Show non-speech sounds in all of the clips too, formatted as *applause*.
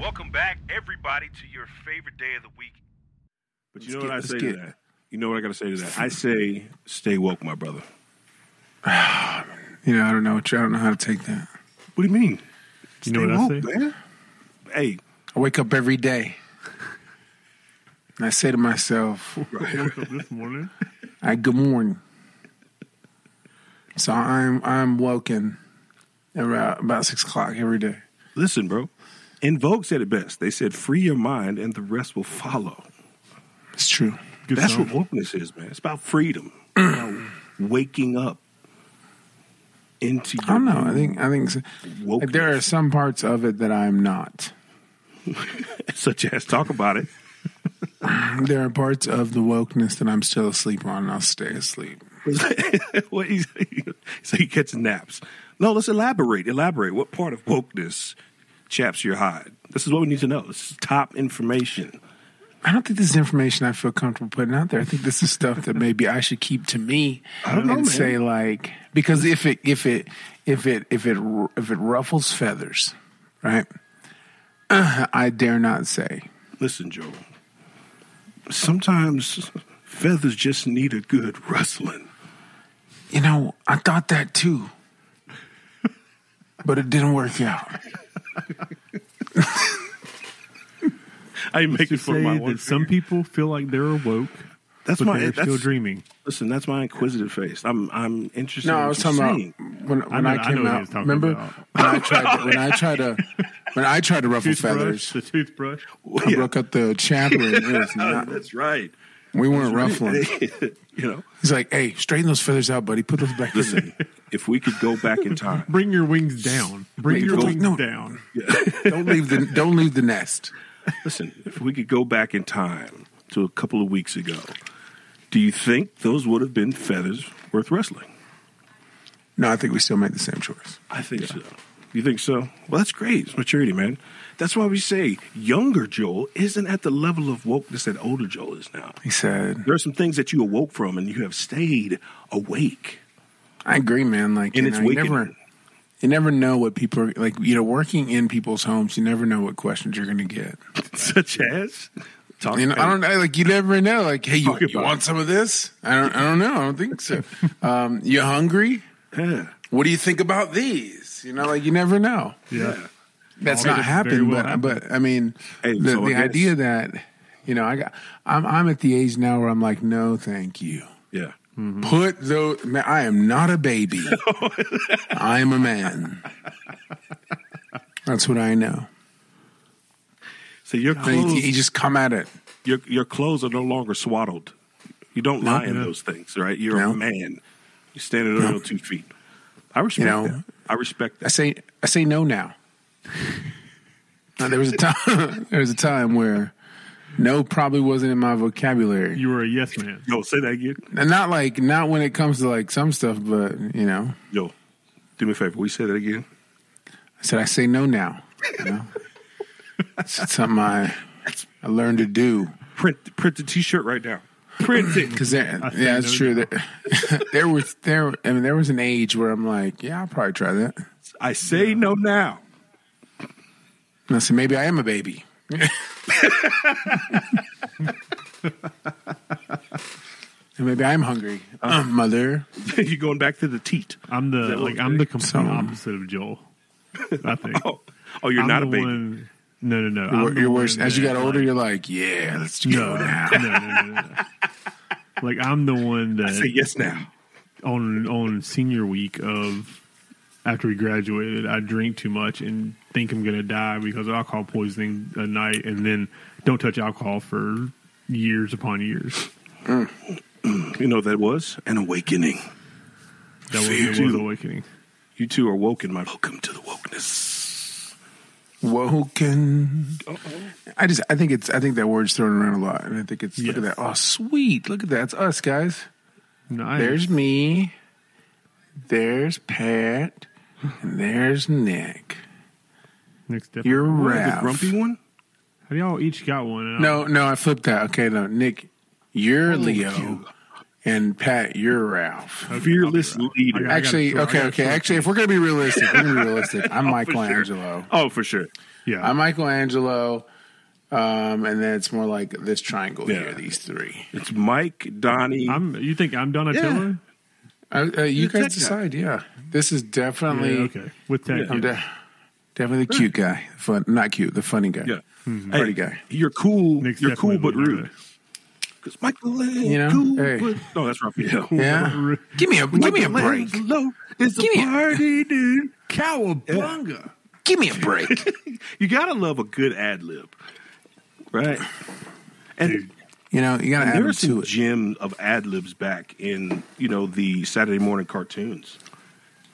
Welcome back, everybody, to your favorite day of the week. But Let's you know get- what I let's say get- to that? You know what I got to say to that? *laughs* I say, stay woke, my brother. You know, I don't know what you, I don't know how to take that. What do you mean? You know what I Stay say? woke, man. Hey, I wake up every day and I say to myself, I woke up this morning. I good morning. So I'm I'm woken about about six o'clock every day. listen, bro. And Vogue said it best. They said, free your mind and the rest will follow. It's true. Good That's song. what wokeness is, man. It's about freedom, It's about *clears throat* waking up into your I don't know. I think I think so. Wokeness. there are some parts of it that I'm not. *laughs* such as talk about it. There are parts of the wokeness that I'm still asleep on. and I'll stay asleep. *laughs* what he so he gets naps. No, let's elaborate. Elaborate. What part of wokeness chaps your hide? This is what we need to know. This is top information. I don't think this is information I feel comfortable putting out there. I think this is stuff that maybe I should keep to me I don't know, and man. say like because if it if it if it if it if it ruffles feathers, right? Uh, I dare not say. Listen, Joe. Sometimes feathers just need a good rustling. You know, I thought that too, but it didn't work out. I make it for Say my that one. some people feel like they're awoke, That's but my. they're That's, still dreaming. Listen, that's my inquisitive face. I'm. I'm interested. No, in I what was you're talking about saying. when, when know- I, I know came what he was out. talking Remember about. when I tried to, when I tried to when I tried to ruffle Toothbrush, feathers, the toothbrush. Well, *laughs* I *laughs* yeah, broke up the chaplain. It was not. That's right. *laughs* We weren't ruffling. you know, He's like, "Hey, straighten those feathers out, buddy. Put those back in." listen. if we could go back in time, Bring your wings down. Bring Wait, your go- wings no. down. Don't leave the don't leave the nest. Listen, if we could go back in time to a couple of weeks ago, do you think those would have been feathers worth wrestling? No, I think we still make the same choice. I think so. You think so? Well, that's great. It's maturity, man. That's why we say younger Joel isn't at the level of wokeness that older Joel is now. He said, There are some things that you awoke from and you have stayed awake. *laughs* "I agree, man. Like, And you it's know, you wicked. never, you never know what people are like. You know, working in people's homes, you never know what questions you're going to get. Such as? Talk You know, I don't know. Like, you never know. Like, hey, you, Talk you about want some of this? I don't. I don't know. I don't *laughs* think so. Um, you hungry? Yeah. What do you think about these? You know, like you never know. Yeah. That's Well, not it very happened, well but, happened. but I mean, Hey, the, so I the guess- idea that you know, I got, I'm I'm at the age now where I'm like, no, thank you. Yeah. Mm-hmm. Put those. Man, I am not a baby. *laughs* I am a man. That's what I know. So your I mean, you, clothes, you just come at it. your, your clothes are no longer swaddled. You don't lie in no. those things, right? You're No. a man. You're standing on your two feet. I respect You know? that. I respect I that. say I say no now. Now, there was a time. *laughs* there was a time where no probably wasn't in my vocabulary. You were a yes man. Yo, say that again. And not like not when it comes to like some stuff, but you know, Yo, do me a favor. We say that again. I said I say no now. You know? it's something I I learned to do. Print print the t-shirt right now. Print *clears throat* it. Because there, think yeah, that's those- true. There, *laughs* there was there. I mean, there was an age where I'm like, yeah, I'll probably try that. I say no now. *laughs* And I said, maybe I am a baby. *laughs* and maybe I'm hungry, uh, *clears throat* mother. You're going back to the teat. I'm the like I'm the complete Some- opposite of Joel. I think. *laughs* Oh, oh, you're I'm not a the baby. One, no, no, no. You're, I'm the you're worse. one As you that, got older, you're like, yeah, let's go No, now. no, *laughs* no, no, no. Like I'm the one that Say yes now. on on senior week of after we graduated, I drink too much and think I'm gonna die because of alcohol poisoning at night, and then don't touch alcohol for years upon years. You know what that was an awakening. That was, Fear it was you. awakening. You two are woken. My welcome to the wokeness. Woken. I just, I think it's, I think that word's thrown around a lot, and I think it's, look at Yes. that. Oh, sweet, look at that. It's us, guys. Nice. There's me. There's Pat. And there's Nick. next step. You're What, Raph. The grumpy one. Have y'all each got one? And No, no, I flipped that. Okay, no, Nick, you're Leo, Oh, you. And Pat, you're Ralph. Fearless leader. I got- Actually, throw- I okay, gotta okay. throw- Actually, if we're gonna be realistic, we're gonna *laughs* be realistic. I'm Oh, for sure. Michelangelo. Oh, for sure. Yeah, I'm Michelangelo. Um, and then it's more like this triangle Yeah. here, these three. It's Mike, Donnie. I'm. You think I'm Donatello? Yeah. Uh, uh, you You're tech guy. guys decide. Yeah, this is Yeah, definitely okay, with tech. I'm yeah. de- definitely the cute guy. Fun, not cute. The funny guy. yeah. Hey, Party guy. You're cool. Nick's you're cool definitely but Leonardo. rude. Because Michael You know, cool hey. but no, that's Raphael. *laughs* Yeah. Give me a give me a break. Michelangelo is Give a me a- party, dude. Cowabunga. Give me *laughs* a break. You gotta love a good ad lib, right? And You know, you gotta add there him are some to it. gems of ad libs back in you know the Saturday morning cartoons.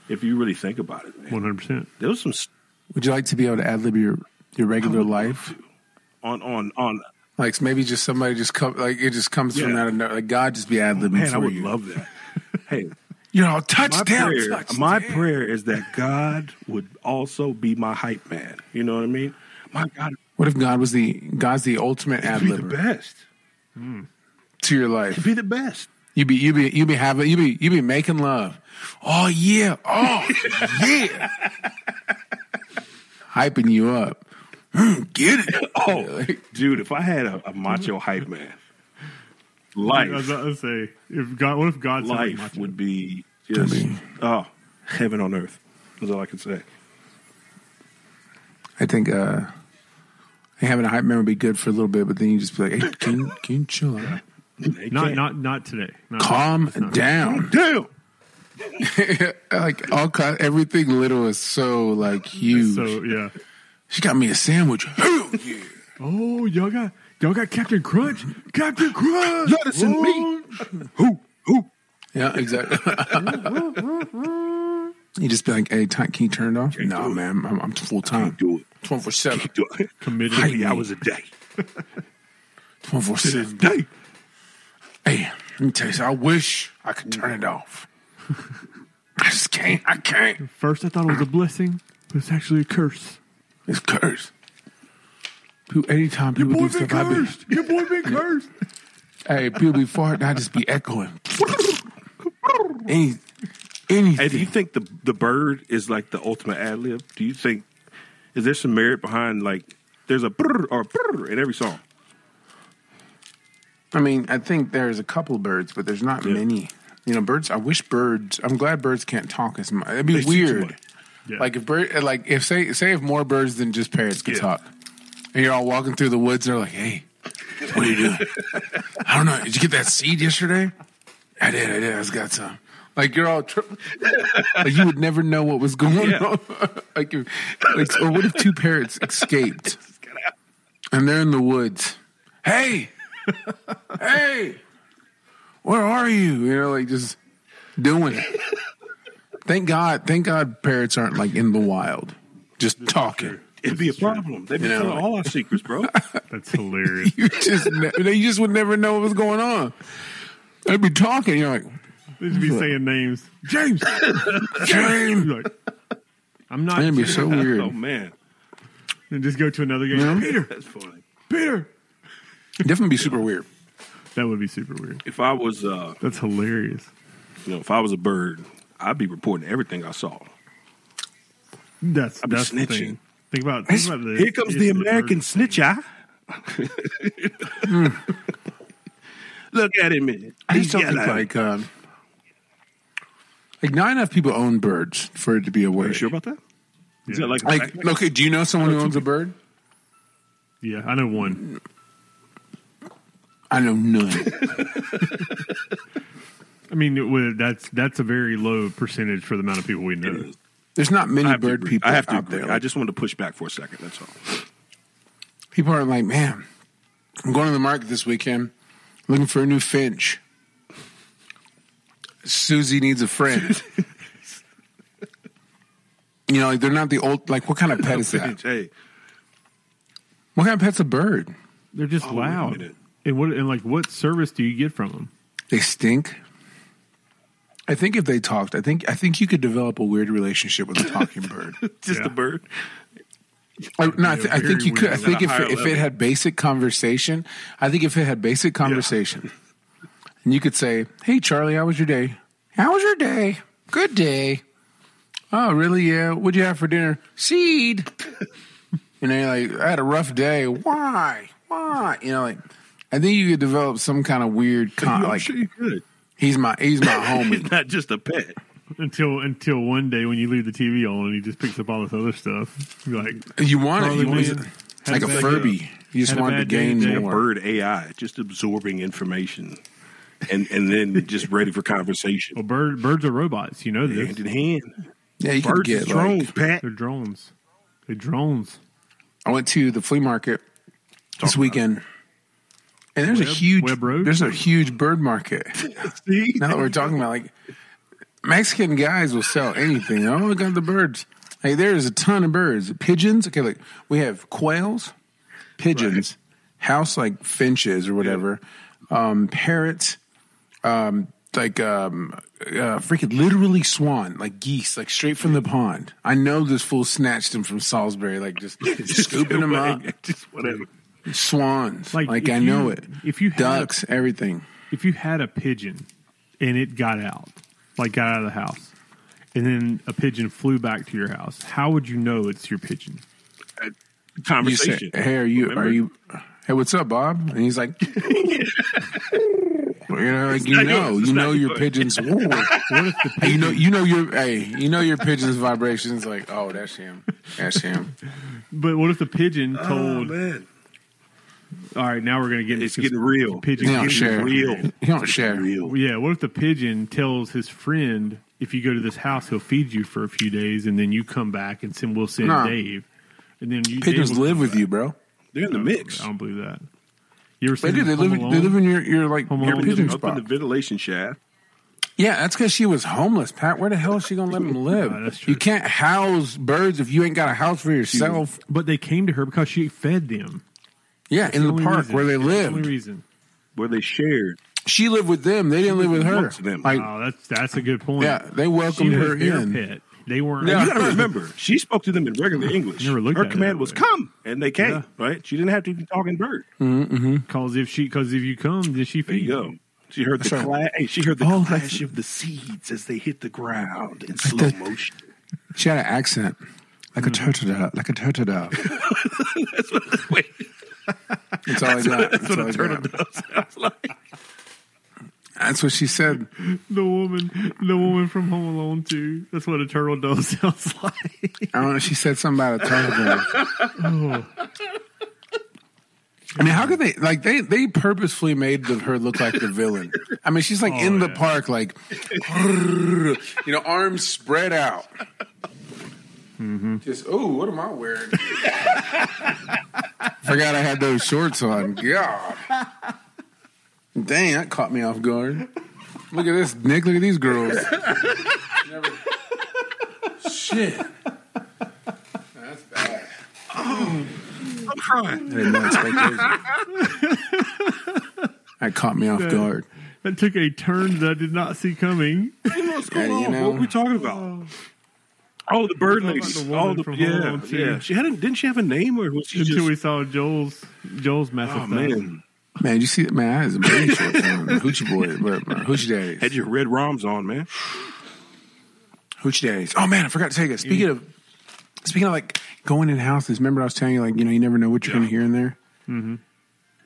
If you really think about it, man. One hundred percent. there was some stuff Would you like to be able to ad lib your your regular life? on on on. Like maybe just somebody just come like it just comes from Yeah. out of nowhere. Like God just be ad libbing Man, for I would you. love that. Hey, you know, my touchdown, prayer, touchdown. my prayer is that God would also be my hype man. You know what I mean? My God, What if God was the God's the ultimate ad it'd be the libber best. to your It'd life? be the best. You be you be you be having you be you be making love. Oh yeah, oh yeah, *laughs* hyping you up. Mm, get it? Oh, dude, if I had a, a macho hype man, I was life, about to say, if God, what if God sounded like life Macho? would be just mean- oh heaven on earth. That's all I can say. *laughs* I think uh, having a hype man would be good for a little bit, but then you just be like, hey, can you, can you chill out? They Not, can't- not, not today. Not Calm today. It's not- down. *laughs* damn. like all kind, everything little is so like huge. So yeah. she got me a sandwich. *laughs* Hell yeah. Oh, y'all got y'all got Captain Crunch. Captain Crunch. Listen to me. Who? Who? Yeah, exactly. *laughs* you just be like, hey, t- can you turn it off? No, man, I'm, I'm full time. Do it. 24 7. Do it. Committed. Eighty hours a day. 24 7. Day. Hey, let me tell you something. I wish I could turn it off. *laughs* I just can't. I can't. First, I thought it was a blessing, but it's actually a curse. It's cursed. People, anytime people do stuff, I be, Your boy been cursed. hey, people be farting, I just be *laughs* echoing. Any, anything. Hey, do you think the the bird is like the ultimate ad lib? Do you think is there some merit behind like there's a brr or brr in every song? I mean, I think there's a couple birds, but there's not many. You know, birds. I wish birds. I'm glad birds can't talk as much. It'd be They see too weird. much. *laughs* Yeah. Like if bird, like if say say if more birds than just parrots could Yeah. talk, and you're all walking through the woods, they're like, "Hey, what are you doing? I don't know. Did you get that seed yesterday? I did. I did. I just got some." Like you're all, tri- like you would never know what was going Yeah. on. *laughs* like, if, like, or what if two parrots *laughs* escaped and they're in the woods? *laughs* Hey, hey, where are you? You know, like just doing it. Thank God, thank God parrots aren't like in the wild, just talking. It'd be a problem. They'd be You know, telling like- all our secrets, *laughs* bro. That's hilarious. *laughs* You just, ne- you just would never know what was going on. They'd be talking. You're like, *laughs* They just be saying names. *laughs* *laughs* James, James. You're Like, I'm not. That'd be so weird. oh man, And just go to another game. Peter, that's funny. Peter. Definitely be super weird. That would be super weird. If I was, uh, That's hilarious. you know, if I was a bird, I'd be reporting everything I saw. That's be that's the snitching. thing. Think about, think about this. Here comes the If- if American birds- snitcher. *laughs* Look at him, man. Hmm. I just He's don't think yellow. like um, like not enough people own birds for it to be a Are you word. sure about that? Is that Yeah. like, a Like, fact? okay, do you know someone who owns a bird? Yeah, I know one. I know *laughs* none. I mean, it would, that's that's a very low percentage for the amount of people we know. is. There's not I many have to bird agree. people I have to out agree. there. I Like, just wanted to push back for a second. That's all. people are like, man, I'm going to the market this weekend, looking for a new finch. Susie needs a friend. you know, like they're not the old. Like, what kind of pet is that? Hey, What kind of pet's a bird? They're just Oh, wait a loud. minute. And what and like what service do you get from them? They stink. I think if they talked, I think I think you could develop a weird relationship with a talking bird. just Yeah. a bird. I, no, I, be thi- a I think very you could. I weird- think if At a if higher it had basic conversation, I think if it had basic conversation, And you could say, Hey, Charlie, how was your day? How was your day? Good day. Oh, really? Yeah. What'd you have for dinner? Seed. *laughs* and then you're like, I had a rough day. Why? Why? You know, like, I think you could develop some kind of *laughs* weird, Uh, con- I'm like, sure you could. he's my, he's my homie. He's not just a pet. until until one day when you leave the TV on and he just picks up all this other stuff. You're like, You want it. Probably You want did. it. It's Had like a a bad Furby. day. You just Had a wanted to bad day gain today. A more. bird AI, just absorbing information, and and then just ready for well, conversation. "Oh, bird, birds are robots. You know this. Hand in hand, Yeah, you could birds get and like, drones, Pat. They're drones. They're drones. I went to the flea market this weekend, and there's a Web- huge Web Road? there's a huge bird market. *laughs* See, *laughs* now that we're talking about like Mexican guys will sell anything. oh, look at the birds! Hey, there is a ton of birds. Pigeons. Okay, look, we have quails, pigeons, house like finches or whatever, um, parrots, um, like um, uh, freaking literally swan, like geese, like straight from the pond. I know this fool snatched them from Salisbury, like just *laughs* scooping them up. uh, just whatever. Swans, Like, like, if I know you- it. if you had a- ducks, everything. If you had a pigeon and it got out, like got out of the house, and then a pigeon flew back to your house, how would you know it's your pigeon? You say, Conversation. "Hey, are you? Remember? Are you? Hey, what's up, Bob?" And he's *laughs* like, "You know, like, you not know, yours. It's not you know your yours." *laughs* pigeons. What if the you know, you know your hey, you know your pigeon's vibrations. Like, oh, that's him. That's him. but what if the pigeon told? Oh, man, all right, now we're gonna get it's into- getting real. Pigeon You don't getting share. real. You don't share. Real. Yeah, what if the pigeon tells his friend, if you go to this house, he'll feed you for a few days, and then you come back and send, we'll send Nah. Dave. And then you, Pigeons Dave will- live with you, bro. They're in the mix. I don't believe that. You ever They do. seen They Home live. Alone? They live in your your like Home your Alone. pigeon Up in the spot. ventilation shaft. Yeah, that's because she was homeless. Pat, where the hell is she gonna *laughs* let him live? that's true. you can't house birds if you ain't got a house for yourself. but they came to her because she fed them. Yeah, in the Only park reason. where they It's the Only lived. reason. where they shared. She lived with them. They didn't live with her. Most of them. Like, Oh, that's that's a good point. yeah, they she welcomed was her their in. pet. They weren't. Yeah. You got to remember, she spoke to them in regular English. Never looked Her at it command that was way. "come," and they came. Yeah. Right? She didn't have to even talk in bird. Because if she, because if you come, then she There feed you go. She heard the That's cla- right. hey, She heard the Oh, that's- clash of the seeds as they hit the ground in slow motion. She had an accent, like a turtle dove, like a turtle dove. That's all I got. That's, all I got. sounds like. That's what she said. The woman, the woman from Home Alone too. That's what a turtle dove *laughs* sounds like. I don't know. She said something about a turtle dove. I mean, how could they like they they purposefully made the, her look like the villain? I mean, she's like in the yeah. park, like *laughs* you know, arms spread out. Just oh, what am I wearing? *laughs* Forgot I had those shorts on. God, dang, that caught me off guard. Look at this, Nick. Look at these girls. Never- Shit, that's bad. I'm crying. I did not expect those. That caught me off guard. That took a turn that I did not see coming. *laughs* What's going Yeah, on? Uh, you know. What are we talking about? Oh, the bird Talking about lady. the oh, woman the, from Home yeah, Alone too. yeah. She had a, didn't she have a name or was she Until just? we saw Joel's Joel's massive oh man, Man, you see that man? I had some booty shorts on. Hoochie boy, but my hoochie daddies. had your red ROMs on, man. hoochie daddies. Oh man, I forgot to take it. Speaking of, speaking of like going in houses. Remember, I was telling you like you know you never know what you're going to hear in there.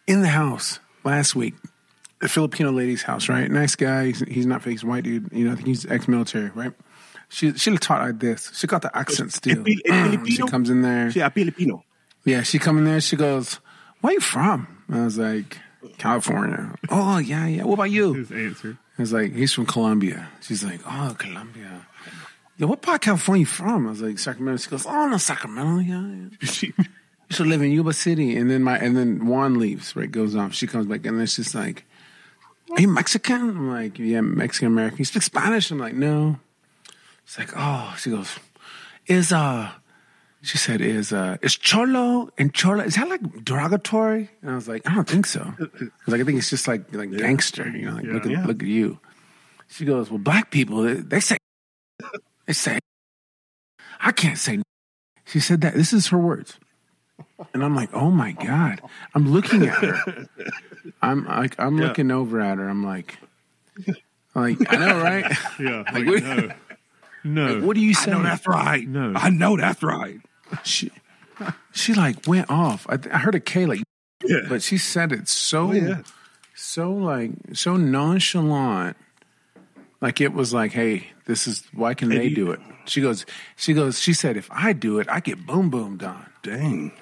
In the house last week, the Filipino lady's house. Right, nice guy. He's, he's not fake. He's a white dude. You know, I think he's ex-military. Right. She she taught like this. She got the accent still. Fili- *clears throat* she Filipino? comes in there. Yeah, Filipino. Yeah, she come in there. She goes, "Where you from?" And I was like, "California." Oh yeah, yeah. What about you? His answer. I was like, "He's from Colombia." She's like, "Oh, Colombia." Yeah, what part of California you from? I was like, Sacramento. She goes, "Oh, no, Sacramento." Yeah, yeah. She live in Yuba City, and then my and then Juan leaves. Right, goes off. She comes back, and then she's like, "Are you Mexican?" I'm like, "Yeah, Mexican American." You speak Spanish? I'm like, "No." It's like, "Oh," she goes, "Is uh," she said, "Is uh, is cholo and chola? Is that like derogatory?" And I was like, "I don't think so." I was like, "I think it's just like like gangster, you know? Like, look at Yeah. look at you." She goes, "Well, black people they, they say they say I can't say." She said that. This is her words. and I'm like, oh my god, I'm looking at her. I'm like, I'm looking over at her. I'm like, like I know, *laughs* right? Yeah. Like, what- no. No. what do you I say? know that's right. No. I know that's right. She, she like went off. I, I heard a K like, Yeah. but she said it so, Oh, yeah. so like so nonchalant. Like it was like, hey, this is why can they you- do it? She goes, she goes, she said, if I do it, I get boom boom done. Dang.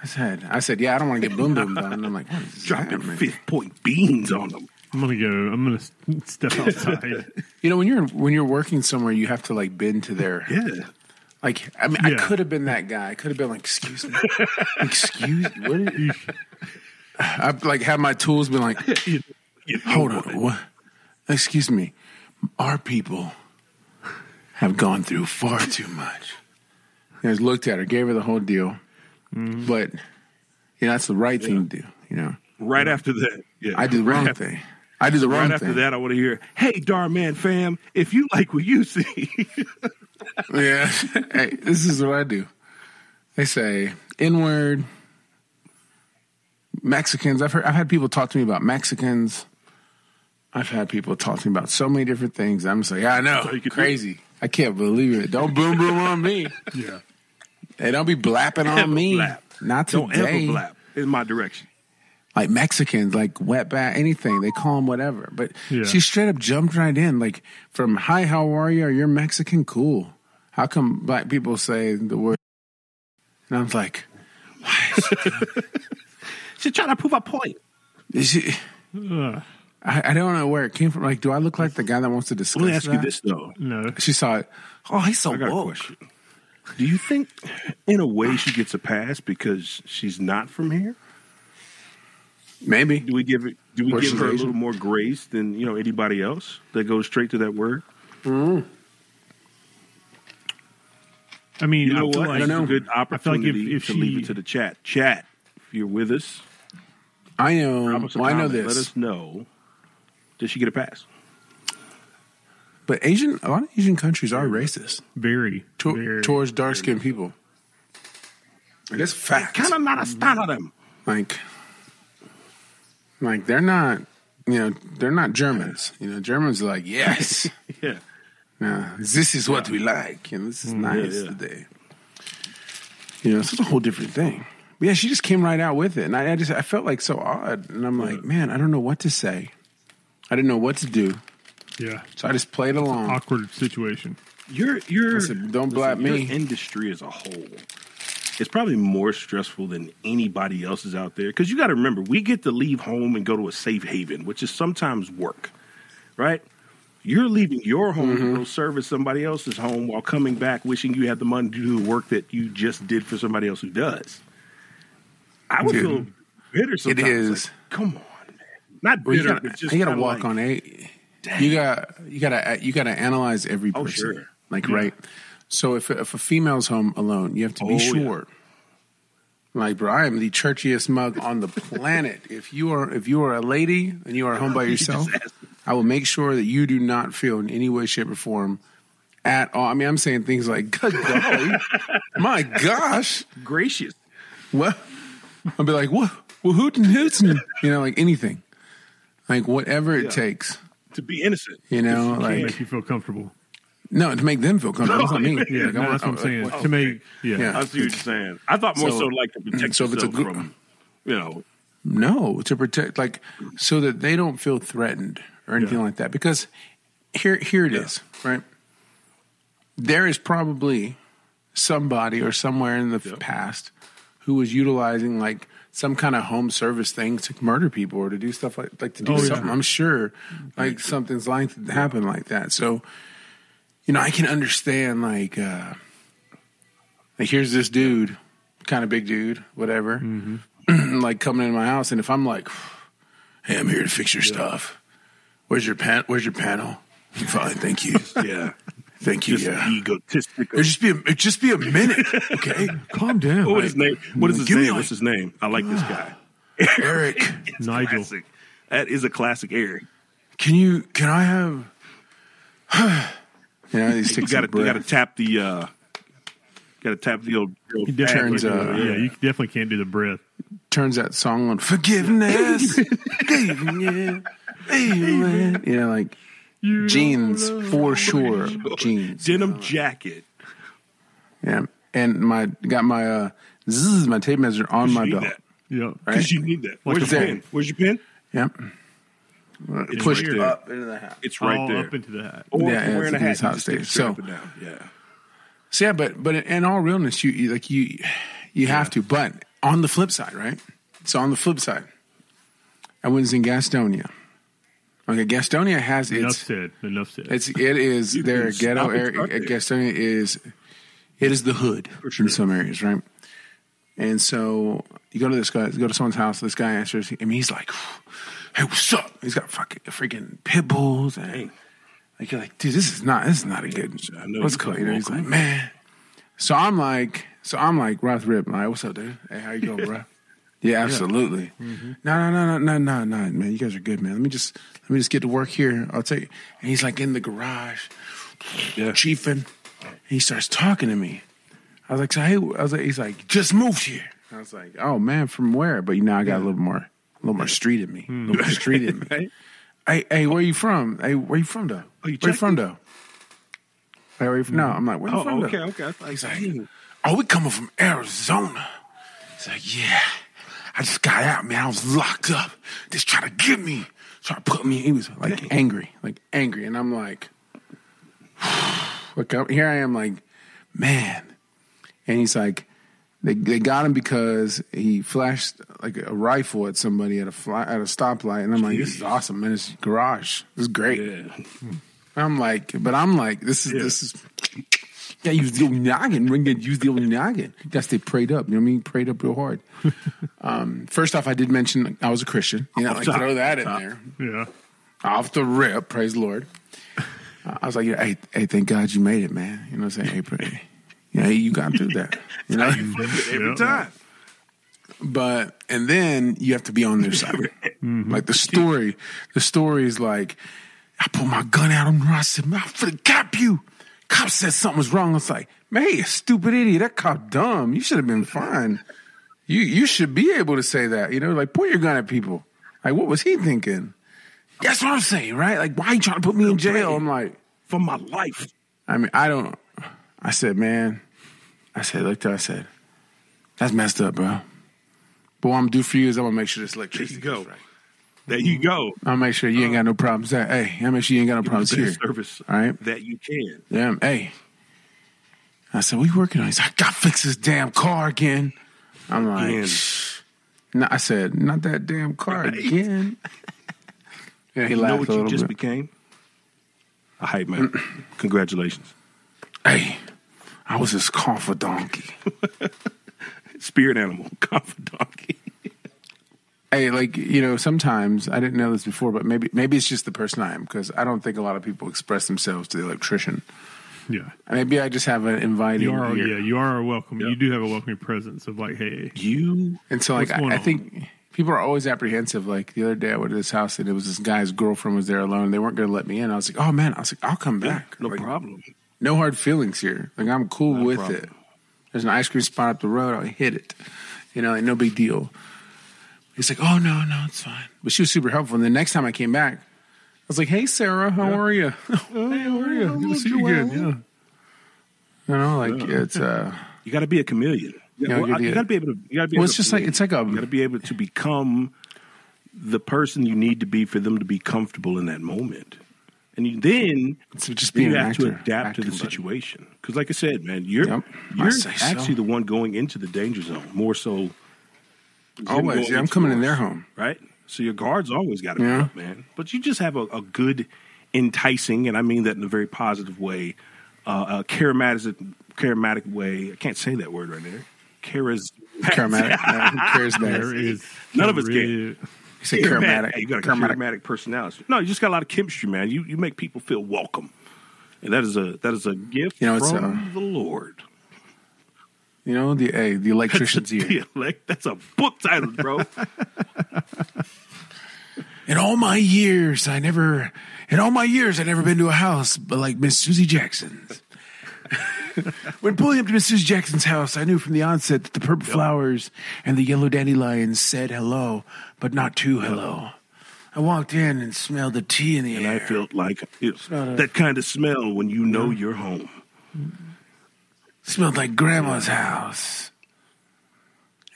I said, I said, yeah, I don't want to get boom boom done. And I'm like, what *laughs* is Dropping that, man? fifth point beans on them. I'm gonna go. I'm gonna s- step outside. You know, when you're when you're working somewhere, you have to like bend to their Yeah. like. I mean, I Yeah. could have been that guy. I could have been like, *laughs* excuse me, excuse. What? Is, You- I've like had my tools been like, hold on, what? Excuse me, our people have gone through far too much. And I just looked at her, gave her the whole deal, Mm-hmm. but you know that's the right thing to do. You know, Right after that. Yeah. I did the wrong right after- thing. I did the wrong Right thing. after that, I want to hear, hey, Darman fam, if you like what you *laughs* see, Yeah. *laughs* hey, this is what I do. They say N word. Mexicans. I've heard. I've had people talk to me about Mexicans. I've had people talk to me about so many different things. I'm just like, yeah, I know, you can do crazy. I can't believe it. Don't boom boom *laughs* on me. yeah. Hey, don't be blapping on Ever me. blap. Not today. don't ever blap in my direction. Like Mexicans, like wetback, anything. They call them whatever. But Yeah. she straight up jumped right in, like from "Hi, how are you?" or "You're Mexican, cool." How come black people say the word? And I'm like, She's trying to prove a point. Is she, Ugh, I, I don't know where it came from. Like, do I look like the guy that wants to discuss? Let me ask you that? this, though. no. She saw it. Oh, he's so I got a woke. question. Do you think, in a way, she gets a pass because she's not from here? Maybe. Do we give it? Do we Or give she's her a Asian. little more grace than you know anybody else that goes straight to that word? I mean, You know I feel what? Like, It's a good I feel like opportunity if, if to she, leave it to the chat. Chat, if you're with us, I know. drop us a Well, I know comment. Let this. us know. Did she get a pass? But Asian, a lot of Asian countries are racist very, to, very towards dark skinned people. That's fact. Kind of not a stand of them. like like they're not you know they're not germans you know germans are like *laughs* yes *laughs* Yeah. yeah, this is what we like and this is nice Mm, yeah. today you know so it's a whole different thing but yeah she just came right out with it and i, I just i felt like so odd and i'm like man i don't know what to say i didn't know what to do yeah so i just played along awkward situation. Your your Listen, don't blab your me. industry as a whole is probably more stressful than anybody else's out there because you got to remember we get to leave home and go to a safe haven, which is sometimes work, right? You're leaving your home Mm-hmm. to go service somebody else's home while coming back wishing you had the money to do the work that you just did for somebody else who does. I would Dude. feel bitter sometimes. Like, is. come on, man. Not Well, bitter, you gotta, but just you gotta kinda walk like, on eight. You got you gotta you gotta analyze every Oh, person, sure. like right. So if if a female's home alone, you have to be Oh, yeah. sure. Like, bro, I am the churchiest mug on the *laughs* planet. if you are if you are a lady and you are home by yourself, I will make sure that you do not feel in any way, shape, or form at all. I mean, I'm saying things like, *laughs* "Good golly, my gosh, gracious. what? I'll be like, what? Well, hootin' hootin', you know, like anything, like whatever it Yeah. takes, To be innocent. *laughs* you know, Like, like make you feel comfortable. no, to make them feel comfortable. That's not me. *laughs* Yeah, Like, I no, want- that's what I'm like, saying. what- to make yeah, Yeah. I see what you're saying. I thought more so, So- mm, like to protect so if it's a yourself group- from, you *laughs* know, No, to protect, like, so that they don't feel threatened or anything Yeah. like that. Because here, here it is, right? There is probably somebody or somewhere in the past who was utilizing like some kind of home service thing to murder people or to do stuff like like to do Oh, yeah. something. I'm sure like something's like to happen like that. So, you know, I can understand like uh like here's this dude, kind of big dude, whatever, Mm-hmm. like coming into my house, and if I'm like, hey, I'm here to fix your stuff. Where's your pan? Where's your panel? Fine, thank you, yeah, thank you. *laughs* just Yeah, egotistic. it just be a, it just be a minute, okay? calm down. *laughs* What is his name? What is his Give me name? like- What's his name? I like this *gasps* guy. Eric, It's Nigel. classic. That is a classic Eric. can you can I have? you know, these *sighs* You takes got to breath. got to tap the. uh Got to tap the old. the old You definitely, Turns uh, out, uh, yeah, you definitely can't do the breath. turns that song on forgiveness. leaving you, leaving. you know, like You jeans for sure, jeans. denim jacket. Yeah, and my got my uh, zzz, my tape measure on my you need belt. that. Yeah, Right. Because you need that. Where's a your fan. pen? Where's your pen? Yep, It's Pushed right there. up into the hat. It's all right there. Oh, up into that. or Yeah, if yeah, you're wearing a it's- hat, it's hot you just take stage. it straight So- up and down. Yeah. So yeah, but but in all realness, you, you like you you have to. But on the flip side, right? So on the flip side, I was in Gastonia. Okay, Gastonia has Enough its said. Enough said. it's it is You their can ghetto stop and area. start there. Gastonia is it is the hood in some areas, right? And so you go to this guy, you go to someone's house. This guy answers, I mean, he's like, "Hey, what's up?" He's got fucking freaking pit bulls and. Dang. Like you're like, dude, this is not this is not a good. I know What's you cool? got You know, he's local. like, man. So I'm like, so I'm like, Roth Rip, like, what's up, dude? Hey, how *laughs* you doing, bro? Yeah, absolutely. Mm-hmm. No, no, no, no, no, no, no, man. You guys are good, man. Let me just let me just get to work here. I'll take. And he's like in the garage, Yeah. chiefing. And he starts talking to me. I was like, so hey, I was like, he's like, just moved here. I was like, oh man, from where? But you know, I got a little more, a little more street in me, a little more street in me. *laughs* Right? Hey, hey, where you from? Hey, where you from though? Oh, you where you checked from though? Hey, where you from? No, I'm like, where you Oh, from okay, though? okay. I thought you He's said- like, oh, we coming from Arizona. He's like, yeah, I just got out, man. I was locked up. Just trying to get me, trying to put me. He was like angry, like angry, and I'm like, *sighs* look, I'm, here I am, like, man. And he's like, they they got him because he flashed like a rifle at somebody at a fly, at a stoplight, and I'm like, this is awesome, man. This is garage, this is great. Yeah. I'm like, but I'm like, this is this is. Yeah, use the old noggin. Ring it, use the old noggin. That's they prayed up. You know what I mean? Prayed up real hard. Um, first off, I did mention I was a Christian. You know, like throw that in there yeah. off the rip. Praise the Lord. I was like, hey, hey, thank God you made it, man. You know what I'm saying? Hey, pray. You know, you got through that. You know, Every Yeah. time. but and then you have to be on their side. Like the story, the story is like, I put my gun out on her. I said, "Man, I finna cap you." Cop said something was wrong. I was like, "Man, hey, you stupid idiot! That cop dumb. You should have been fine. You you should be able to say that. You know, like point your gun at people. Like, what was he thinking? That's what I'm saying, right? Like, why you trying to put me in jail? I'm like, For my life. I mean, I don't. I said, man. I said, looked at. her, I said, that's messed up, bro. But what I'm gonna do for you is I'm gonna make sure this There electricity you goes go. right. There you go. I'll make sure you ain't got no problems. There. Hey, I'll make sure you ain't got no problems The best Mm-hmm. here. service All right. that you can. Yeah. Hey. I said, what you working on? He's like, I gotta fix this damn car again. I'm like, Again. no, I said, not that damn car Right. *laughs* again. yeah, he you know laughed what a you little just bit. became? A hype *clears throat* man. Congratulations. hey, I was his car for donkey. Spirit animal. *laughs* Confidante. Hey, like you know, sometimes I didn't know this before, but maybe maybe it's just the person I am because I don't think a lot of people express themselves to the electrician. Yeah. Maybe I just have an inviting You are, ear. yeah, you are a welcome. You do have a welcoming presence of like, hey, You. And so, like, What's going I, I on? think people are always apprehensive. Like the other day, I went to this house and it was this guy's girlfriend was there alone. They weren't going to let me in. I was like, oh man, I was like, I'll come back. No Like, problem. No hard feelings here. Like I'm cool a with problem. it. There's an ice cream spot up the road. I hit it. You know, like no big deal. He's like, oh no, no, it's fine. But she was super helpful. And the next time I came back, I was like, hey Sarah, how *laughs* are *laughs* "Oh, you? how are you? Good to see you again. Yeah. you know, like it's uh, You got to be a chameleon. You, Yeah, well, you're the- you got to be able to. You got to be. able Well, it's to just like- please. it's like a- You got to be able to become the person you need to be for them to be comfortable in that moment, and you, then it's just then being you an have actor, to adapt to the acting, buddy. situation. Because, like I said, man, you're Yep. I you're say so. actually the one going into the danger zone more so. than Always, going yeah, I'm into coming in yours, their home. right? So your guards always got to Yeah. be up, man. But you just have a, a good, enticing, and I mean that in a very positive way, uh, a charismatic, charismatic way. I can't say that word right there. Charis. *laughs* Charismatic. Yeah, There charismatic. is None of us really- You *laughs* say charismatic. Hey, you got a Charismatic. charismatic. personality. No, you just got a lot of chemistry, man. You you make people feel welcome, and that is a that is a gift You know, it's, from uh, the Lord. You know the hey, the electrician's *laughs* ear. Dialect. That's a book title, bro. In all my years, I never, in all my years, I never been to a house but like Miss Susie Jackson's. *laughs* When pulling up to Mrs. Jackson's house, I knew from the onset that the purple flowers and the yellow dandelions said hello, but not too hello. I walked in and smelled the tea in *laughs* the and air. I felt like it, that kind of smell when you know you're home. *laughs* smelled like grandma's house.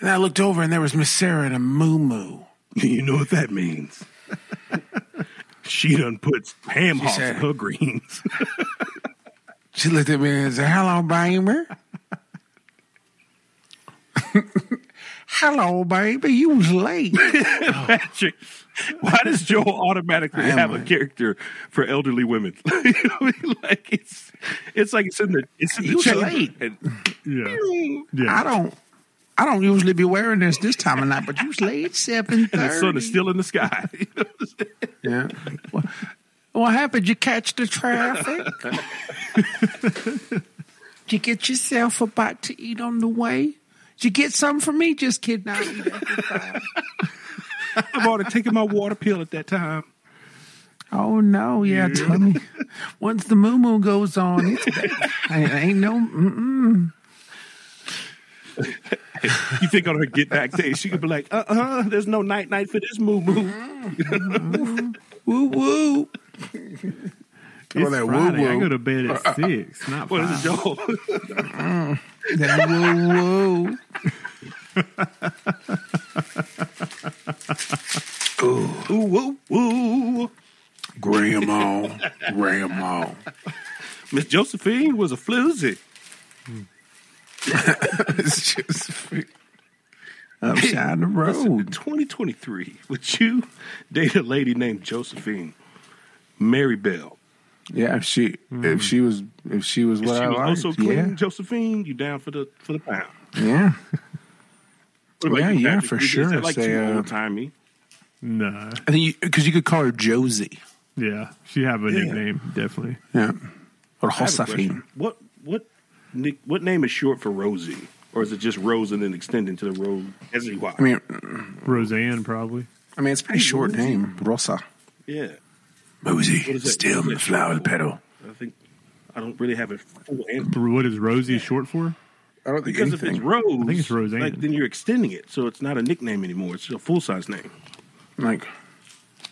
And I looked over and there was Miss Sarah in a moo moo. You know what that *laughs* means. she done puts ham hocks said- in her greens. She looked at me and said, Hello, baby. *laughs* Hello, baby. You was *laughs* late. Patrick, why does Joel automatically am have a right. character for elderly women? *laughs* You know what I mean? like it's it's like it's in the it's in the You was chamber. late. And- Yeah. I Yeah. don't I don't usually be wearing this this time of night, but you was late seven *laughs* and the sun is thirty. still in the sky. *laughs* You know what I'm saying? Yeah. What, what happened? You catch the *laughs* traffic? Did you get yourself a bite to eat on the way? Did you get something for me? Just kidding. I'll eat after five. *laughs* I've already taken my water pill at that time. Oh no, yeah, *laughs* tummy. Once the moo moo goes on, it's *laughs* I ain't no. Mm-mm. You think on her get back day, she could be like, uh uh there's no night night for this moo moo. Mm-hmm. Woo woo. It's that Friday. I woo-woo. go to bed *laughs* at six, not What is five. it, Joel? *laughs* That woo woo. Ooh, woo, woo. Grandma, grandma. Miss Josephine was a floozy. It's just upside the road. 2023, would you date a lady named Josephine? Mary Bell. Yeah, if she if she was Mm. if she was If what she I was liked, also clean, yeah, Josephine, you down for the for the pound. *laughs* yeah. What about Yeah, yeah, Patrick? for Is sure. that like Say, too uh, old timey. Nah. I think because you, could call her Josie. Yeah. She have a nickname, definitely. Yeah, or I have a question. Josephine. What what nick what name is short for Rosie? Or is it just Rose and then extended to the road as you I mean, Roseanne probably. I mean, it's a pretty short name, Rosa. Yeah. What Mosey, is it? stem, What is it? flower, the petal. I think I don't really have a full answer. What is Rosie short for? I don't think Because if it's Rose, I think it's Roseanne. Like, then you're extending it, so it's not a nickname anymore. It's a full size name. like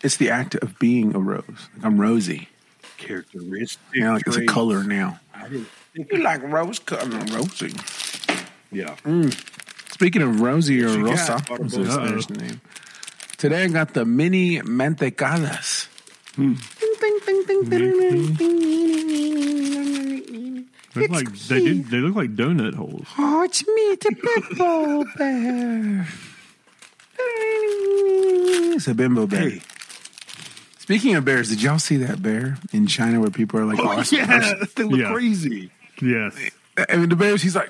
it's the act of being a rose. Like I'm rosy. Characteristic. You know, like it's a traits. color now. I didn't think. You like rose color, I'm rosy. Yeah. Mm. Speaking of rosy or you got, rosa, Audible? what's his Uh-oh. first name? Today I got the mini mantecadas. Ding, ding, ding, ding, ding, ding, ding. They're It's like they do, *laughs* they look like donut holes. Oh, it's me, the bimbo bear. It's a bimbo bear. Hey. Speaking of bears, did y'all see that bear in China where people are like, Oh, oh, it's a *laughs* yeah, person?" that thing looked Yeah. crazy. Yes. I mean, the Bears, he's like,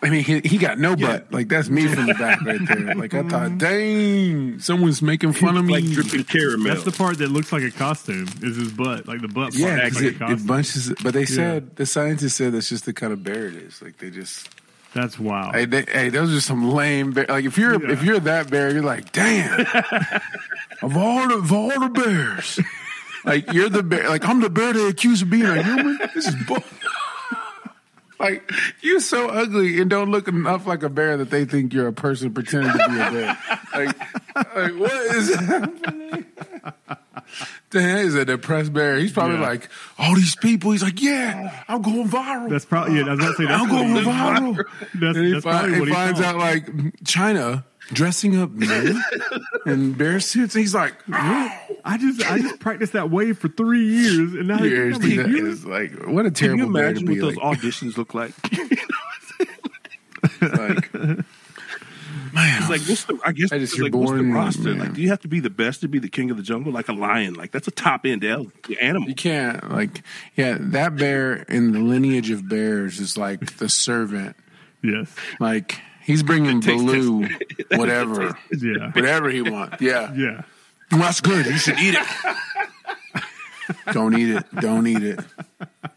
I mean, he, he got no butt. Like, that's me from the back right there. Like, I thought, dang, someone's making fun of me. Like dripping caramel. That's the part that looks like a costume. Is his butt like the butt? yeah, part 'cause it, looks like a it costume. bunches. But they said, the scientists said that's just the kind of bear it is. Like, they just, That's wild. hey, they, hey those are some lame bear. Like, if you're, Yeah. if you're that bear, you're like, *laughs* damn, of all the, of all the bears. Like you're the bear. Like I'm the bear they accuse of being a human. This is bull. *laughs* Like you're so ugly and don't look enough like a bear that they think you're a person pretending to be a bear. Like, like what is happening? *laughs* That is a depressed bear. He's probably Yeah. like all these people. He's like, yeah, I'm going viral. that's probably yeah. I was about to say that's I'm going what he- viral. That's, And he that's fi- probably he what he finds thought. out like China dressing up men in bear suits. He's like, I just *laughs* I just practiced that wave for three years, and now they think Seriously, I'm a that human. is like what a Can you terrible bear to imagine be what those like, auditions look *laughs* like? like, *laughs* man, It's like, what's the? I guess I just- it's you're like, what's the born, roster? man. Like, do you have to be the best to be the king of the jungle? Like a lion, like that's a top end el- animal. *laughs* you can't like yeah that bear in the lineage of bears is like the servant Yes. like he's bringing blue whatever Yeah. whatever he wants yeah Yeah. Well, that's good you should eat it *laughs* don't eat it don't eat it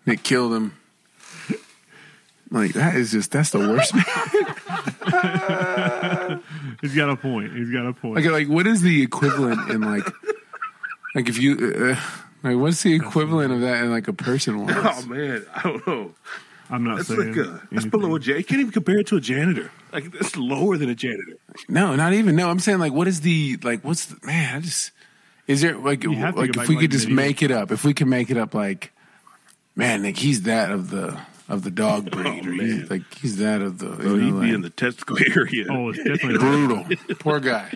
it killed him like that is just that's the worst He's got a point. He's got a point. Okay, like what is the equivalent in like, like if you uh, Like, what's the equivalent of that in like a person Oh was? man, I don't know. I'm not That's saying like uh, a, that's anything. below a janitor. You can't even compare it to a janitor. Like that's lower than a janitor. no, not even. No, I'm saying like, what is the like? What's the man? I just is there like You have to like go if back, we like, could just medieval. make it up? If we could make it up, like man, like he's that of the of the dog breed, or man. he's, like he's that of the you So know, he'd like- be in the testicle *laughs* area. Oh, it's definitely brutal. Poor guy.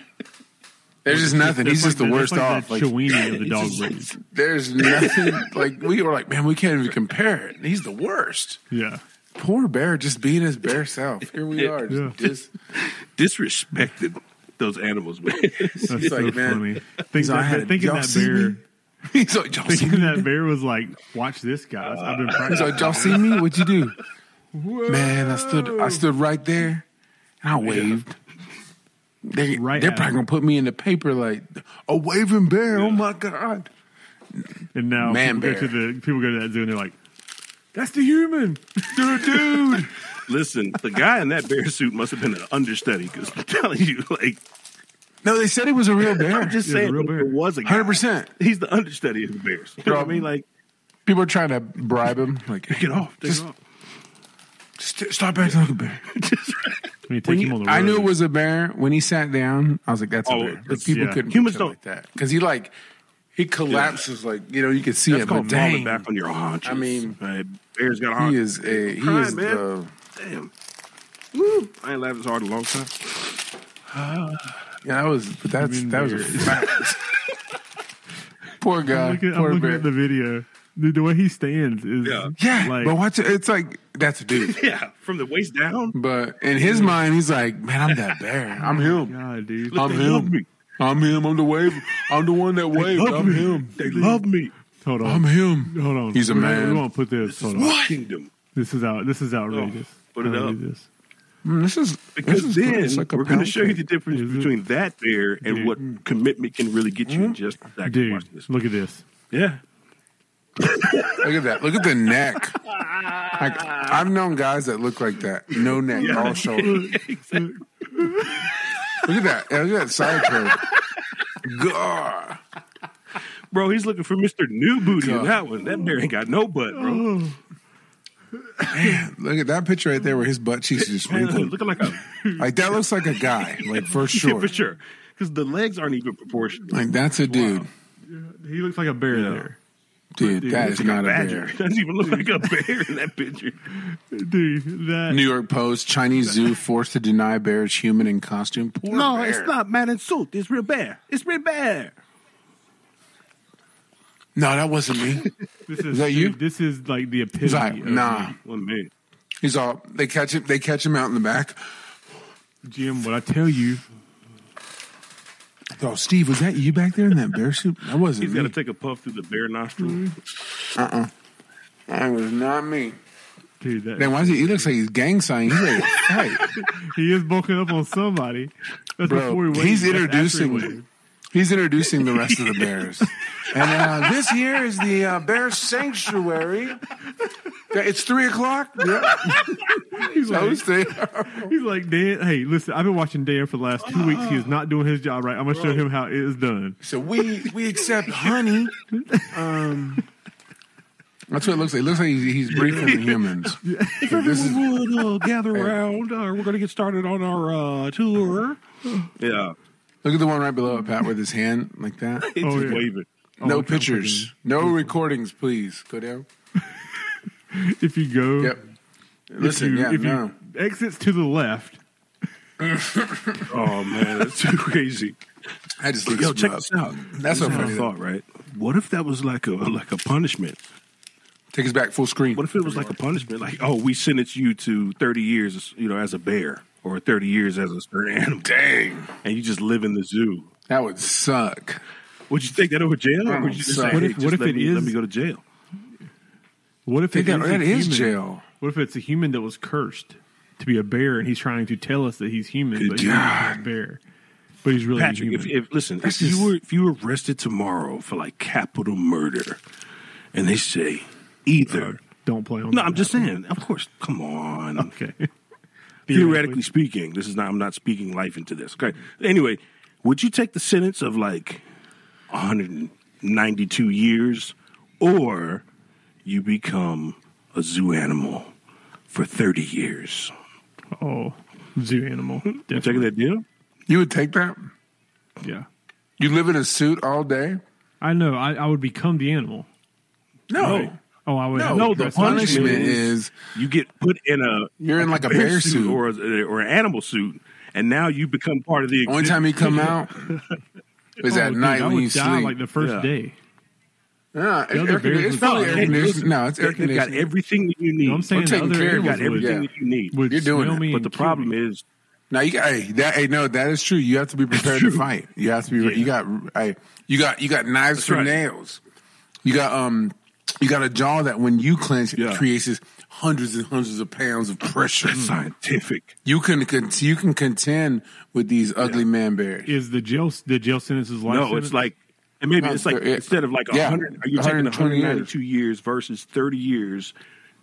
There's just nothing. He's just the worst off. That's like Like, the *laughs* Chiweenie of the dog breed. there's nothing. Like we were like, man, we can't even compare it. He's the worst. *laughs* Yeah, Poor bear, just being his bear self. Here we are. Yeah. Just, just Disrespected those animals. *laughs* man. that's He's so like, man, funny. he's Think like, I that, had- thinking y'all that see me? bear, *laughs* he's like, y'all see thinking me? that bear was like, watch this, guys. I've been He's practicing. like, y'all see me? What'd you do? Man, I stood. I stood right there, and I waved. They, Right they're at probably him. gonna put me in the paper like a waving bear. Oh my god! And now Man people go bear. to the people go to that zoo and they're like, that's the human. Dude, *laughs* dude. Listen, the guy in that bear suit must have been an understudy because I'm telling you, *laughs* like, No, they said it was a real bear. *laughs* I'm just He's a saying, real if bear. it was a guy, 100%. He's the understudy of the Bears. You know what I mean? Like, People are trying to bribe him. Like, get off, take Just- off. *laughs* St- start back to Uncle Bear. When you take When him you- on the road, I knew it was a bear when he sat down. I was like, "That's Oh, a bear." But it's- people yeah. couldn't Humans pretend don't- like that because he like he collapses. Like you know, you could see That's it. But called falling dang, back on your haunches. I mean, Right? Bears got a haunch. he is a he Crying, is man. the Damn. Woo. I ain't laughed as hard in a long time. *laughs* yeah. That was but that's mean that was *laughs* a fact. poor guy, Look at- I'm poor looking bear. at the video. The, the way he stands is Yeah. yeah, like, but watch it. It's like that's a dude. Yeah, from the waist down. But in his mind, he's like, "Man, I'm *laughs* that bear. I'm him. God, dude. I'm They love me. him. I'm him. I'm the wave. I'm the one that waved. love I'm me. him. They love me. Hold on. I'm him. Hold on. He's a We're- man. We won't put this. Hold on. What? Kingdom. This is out. This is outrageous. Oh, put it up. Outrageous. Mm, This is Because this is good. then It's like a we're going to pound show you cake. the difference Is it- between that bear and Dude. what commitment can really get you Mm-hmm. in just a second. Dude, Watch this. look at this. Yeah. Look at that. Look at the neck. Like I've known guys that look like that. No neck, all shoulder. Look at that. Yeah, Look at that side curve. Gah. Bro, he's looking for Mr. New Booty in God. that one. That bear ain't got no butt, bro. Oh. Look at that picture right there where his butt cheeks are just wrinkled. *laughs* looking *laughs* like a Like that looks like a guy. Like for Yeah, sure. for sure. Because the legs aren't even proportional. Like that's a dude. He looks like a bear Yeah. there. Dude, that It's is like not a badger. *laughs* bear. Doesn't even look like a bear in that picture. Dude, that New York Post: Chinese zoo forced to deny bears human in costume. Poor bear. not man in suit. It's real bear. It's real bear. No, that wasn't me. this is, that you? dude, This is like the epitome. He's like, of nah. Well, Ah, man. He's all. They catch him. They catch him out in the back. Jim, what I tell you, Oh, Steve, was that you back there in that bear suit? That wasn't He's got to take a puff through the bear nostril. That was not me. dude, that Then why does he? He looks like he's gang signing. He's like, hey, he is bulking up on somebody. That's before he bro, waved. he's That's after he introducing. waved. He's introducing the rest of the bears. And uh, this here is the uh, bear sanctuary. It's three o'clock. Yeah, He's like, those they he's like, Dan. Hey, listen, I've been watching Dan for the last two weeks. He is not doing his job right. I'm gonna show him how it is done. So we we accept honey. Um, that's what it looks like. It looks like he's, he's briefing the humans. So this is would uh, gather around. Uh, we're going to get started on our uh, tour. Yeah. Oh, Look at the one right below it, Pat, with his hand like that. He's Oh, just yeah. waving. No okay, I'm pictures, no recordings, please. Go down. If you go, Yep. if Listen, you, yeah, if no. you exits to the left, Oh, man. That's too crazy. I just looked Yo, him check up. this out. That's This what is funny. I thought, right? What if that was like a like a punishment? Take us back full screen. What if it was like a punishment? Like, oh, we sentence you to thirty years, you know, as a bear, or thirty years as a certain *laughs* animal. Dang! And you just live in the zoo. that would suck. Would you take that over jail? Or would you just Son. say, What Oh, hey, if- just what if let it me, Let is- me go to jail. what if They it got, is a that is human? jail. What if it's a human that was cursed to be a bear and he's trying to tell us that he's human, but he's God. a bear? But he's really Patrick, human. if, if listen, if That's you just- were if you were arrested tomorrow for like capital murder, and they say either Uh, Don't play on no, that. I'm just saying. Of course, come on. *laughs* Okay. Uh, *laughs* Theoretically speaking, this is not. I'm not speaking life into this. Okay. Anyway, would you take the sentence of like 100 92 years, or you become a zoo animal for 30 years. Oh, zoo *laughs* animal. You taking that deal? You would take that? Yeah. You live in a suit all day? I know. I, I would become the animal. No. Oh, I would. No, I would no, the dress up as punishment Punishment an animal. is You get put in a you're in like a bear suit. or a, or an animal suit, and now you become part of the Only time you come out is Oh, at dude, night I when would you die sleep. like the first Yeah. day. Yeah, it's, other air condi- bears it's would- probably No, air Hey, conditioned. listen, No, it's air they- They've got conditioned. everything that you need. No, I'm saying the taking other care of they've you. animals got would, everything yeah. that you need. would You're doing smell it, me But and the kill problem me. is, Now you got, hey, that, hey, no, that is true. You have to be prepared to true. fight. You have to be. You got, hey, you got, you got knives for right. nails. You got, um, you got a jaw that when you clench, it Yeah. creates this hundreds and hundreds of pounds of pressure. Mm-hmm. scientific. you can, cont- you can contend with these ugly man bears. is the jail the jail sentence is life? No, sentence? it's like, and maybe No, it's like they're- yeah. instead of like Yeah, 100, you're taking 120 years. 192 years versus 30 years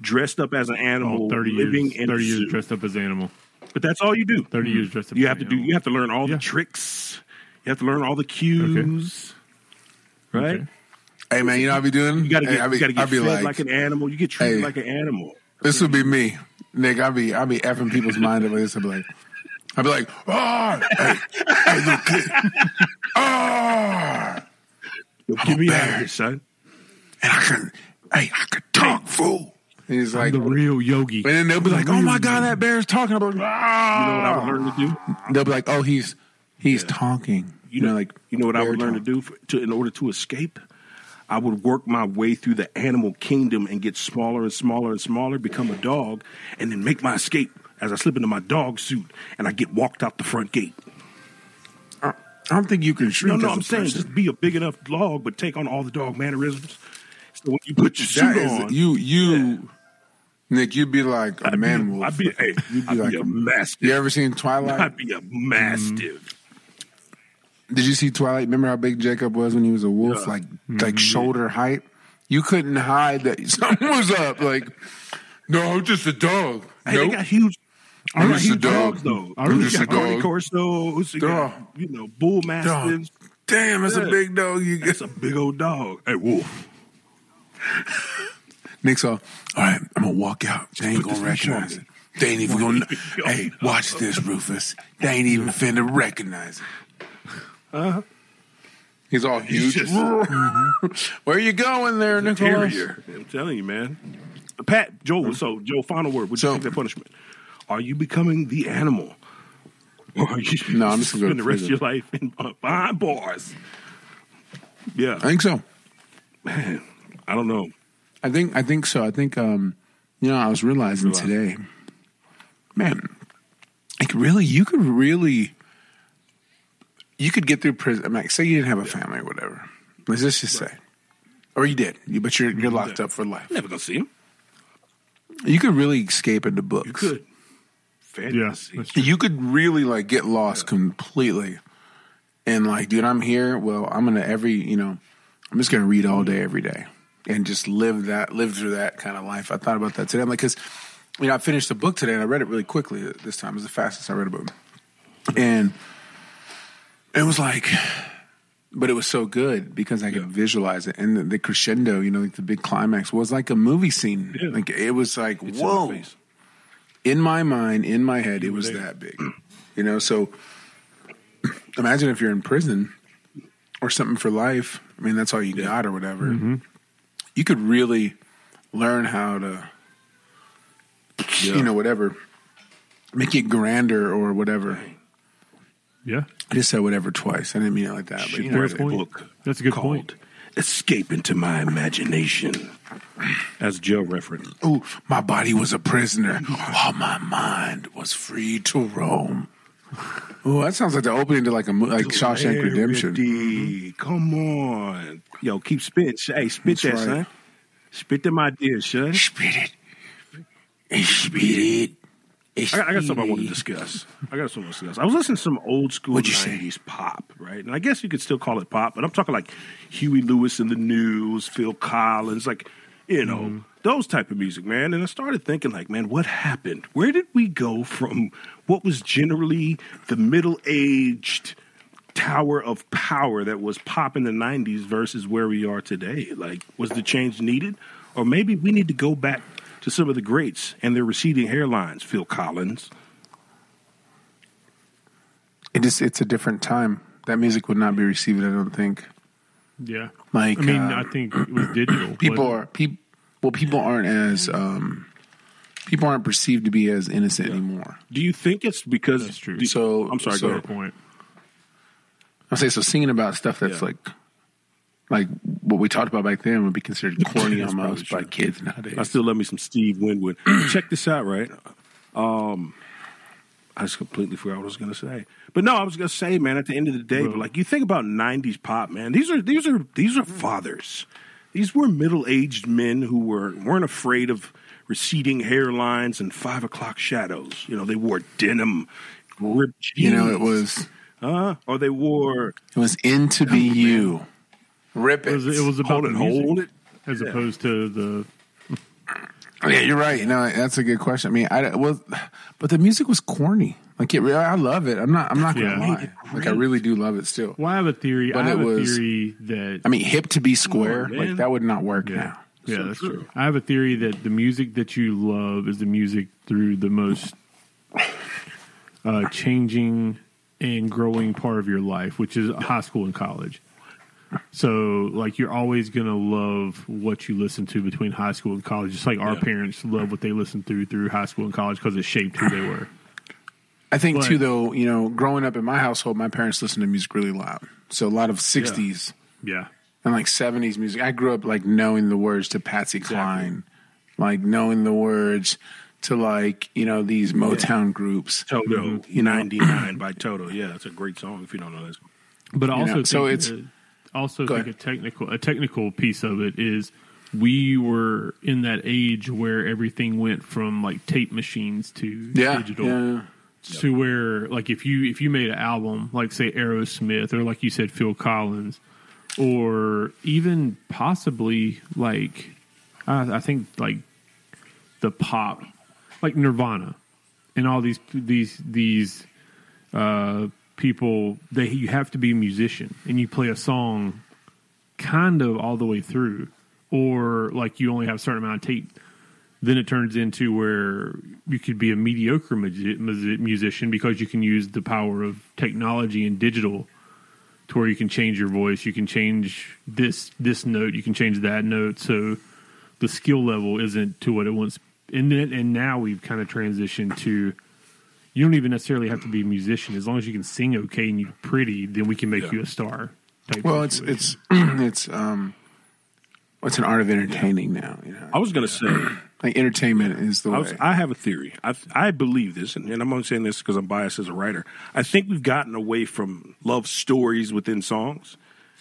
dressed up as an animal, oh, 30 living years. in a Thirty years zoo. dressed up as animal. But that's all you do. 30 years dressed up You as have to an do. animal. You have to learn all Yeah. the tricks. You have to learn all the cues. Right. Okay. Hey man, you know what I be doing? You gotta get, hey, I be, you gotta I get be fed like, like, an animal. You get treated Hey. like an animal. this would be me, Nick. I be, I be effing people's mind up. with This I'd be like, I'd be like, oh, hey, hey, little kid, oh. Get me out of bear. here, son. and I can, hey, I could talk fool. And he's like, the and real yogi. then they'll be like, oh my god, that bear's talking about. "Ah." You know what I would learn to do? They'll be like, oh, he's he's talking. You know, like you know what I bear would learn to talk. do for, to in order to escape. I would work my way through the animal kingdom and get smaller and smaller and smaller, become a dog, and then make my escape as I slip into my dog suit and I get walked out the front gate. I don't think you can shoot. No, as no, a I'm saying person. just be a big enough dog, but take on all the dog mannerisms. So when you put your that suit is on, you, you, Nick. You'd be like a man wolf. I'd be, hey, *laughs* You'd be I'd like be a a- Mm-hmm. mastiff. you ever seen Twilight? I'd be a mastiff. Did you see Twilight? Remember how big Jacob was when he was a wolf, like like shoulder height. You couldn't hide that *laughs* something was up. Like, no, I'm just a dog. Hey, nope. they got huge. they I'm got just a huge dog. dogs though. I'm You just got a Garden dog. Corsos, you got, Dog. you know, bull mastiffs. Damn, that's Yeah. a big dog. You get That's a big old dog. Hey, wolf. Nick's all, all right, I'm gonna walk out. They ain't put *laughs* gonna this on recognize me. it. They ain't even gonna. *laughs* Yo. hey, watch this, Rufus. They ain't even finna recognize it. Uh-huh. He's all huge. just- Where you going there, Nicholas? Terrier. I'm telling you, man. Pat, Joel, so Joe, final word. Would So- you take that punishment? Are you becoming the animal? *laughs* Or are you No, *laughs* I'm just gonna go to spend the rest of prison. your life in behind bars? Yeah. I think so. man, *laughs* I don't know. I think. I think so. I think. Um, you know, I was realizing Realize. today, man, like really, you could really, you could get through prison. I'm like, say you didn't have a family or whatever. Let's just just say, or you did, you- but you're you're locked up for life. Never gonna see him. You could really escape into books. You could. Fantasy. that's You could really like get lost completely, and like, dude, I'm here. Well, I'm gonna every you know, I'm just gonna read all day every day and just live that live through that kind of life. I thought about that today. I'm like, because you know, I finished the book today and I read it really quickly this time. It was the fastest I read a book, and it was like. But it was so good because I could visualize it, and the, the crescendo, you know, like the big climax was like a movie scene. Yeah. Like it was like, It's in whoa! my face. in my mind, in my head, it was there. that big. You know, so *clears throat* imagine if you're in prison or something for life. I mean, that's all you got or whatever. You could really learn how to, Yeah. you know, whatever, make it grander or whatever. Yeah. I just said whatever twice. I didn't mean it like that. But Should you know, write what I a mean. point. book. That's a good called point. Escape into my imagination. That's Joe reference. Ooh, my body was a prisoner while my mind was free to roam. Oh, that sounds like the opening to like a mo- like Shawshank Redemption. Clarity. Come on. Yo, keep spit. Hey, spit That's that, right. son. Spit them ideas, son. Spit it. And Spit it. I got, I got something I want to discuss. I got something to discuss. I was listening to some old school What'd you say? 90s pop, right? And I guess you could still call it pop, but I'm talking like Huey Lewis and the News, Phil Collins, like, you know, Mm-hmm. those type of music, man. And I started thinking, like, man, what happened? Where did we go from what was generally the middle aged tower of power that was pop in the 90s versus where we are today like was the change needed or maybe we need to go back to some of the greats and their receding hairlines phil collins It just it's a different time. That music would not be received. I don't think. Yeah. Like, I mean, uh, I think it was digital. people but- are people well people aren't as um people aren't perceived to be as innocent anymore do you think it's because That's true. do- so i'm sorry so, go Fair ahead. point. i'll say so singing about stuff that's Yeah. like like what we talked about back then would *laughs* be considered corny That's almost by probably kids nowadays I still love me some Steve *clears throat* Winwood. Check this out, right? Um, I just completely forgot what I was going to say, but no, I was going to say, man. At the end of the day, but like you think about '90s pop, man. These are these are these are fathers. These were middle aged men who were weren't afraid of receding hairlines and five o'clock shadows. You know, they wore denim, ripped you know it jeans, was huh? Or they wore it was in to be you rip It it, was, it was hold about it, the music hold it. as opposed to the yeah you're right no that's a good question i mean i was but the music was corny like it re- i love it i'm not i'm not gonna Yeah. lie like i really do love it still Well, I have a theory. But I it have a was- theory that i mean hip to be square man. like that would not work now yeah, So that's true. true. I have a theory that the music that you love is the music through the most uh, changing and growing part of your life, which is high school and college. So, like, you're always going to love what you listen to between high school and college, just like our Yeah. parents love what they listened to through high school and college because it shaped who they were. I think But- too, though, you know, growing up in my household, my parents listened to music really loud. So a lot of '60s Yeah. and like '70s music. I grew up like knowing the words to Patsy Cline, like knowing the words to like you know these Motown groups. Toto Mm-hmm. '99 by Toto. Yeah, it's a great song. If you don't know this, But You I know, also, so think, it's- uh, also Go think ahead. a technical a technical piece of it is we were in that age where everything went from like tape machines to Yeah, digital yeah. to where like if you if you made an album like say Aerosmith or like you said Phil Collins or even possibly like I, I think like the pop like Nirvana and all these these these uh, people they you have to be a musician and you play a song kind of all the way through or like you only have a certain amount of tape then it turns into where you could be a mediocre musi- musi- musician because you can use the power of technology and digital to where you can change your voice you can change this this note you can change that note so the skill level isn't to what it once and then and now we've kind of transitioned to you don't even necessarily have to be a musician as long as you can sing okay and you're pretty then we can make you a star type Well, it's situation. it's *clears throat* it's um, it's an art of entertaining now. You know, I was going to say. like entertainment is the I, way. was, I have a theory. I I believe this, and, and I'm only saying this because I'm biased as a writer. I think we've gotten away from love stories within songs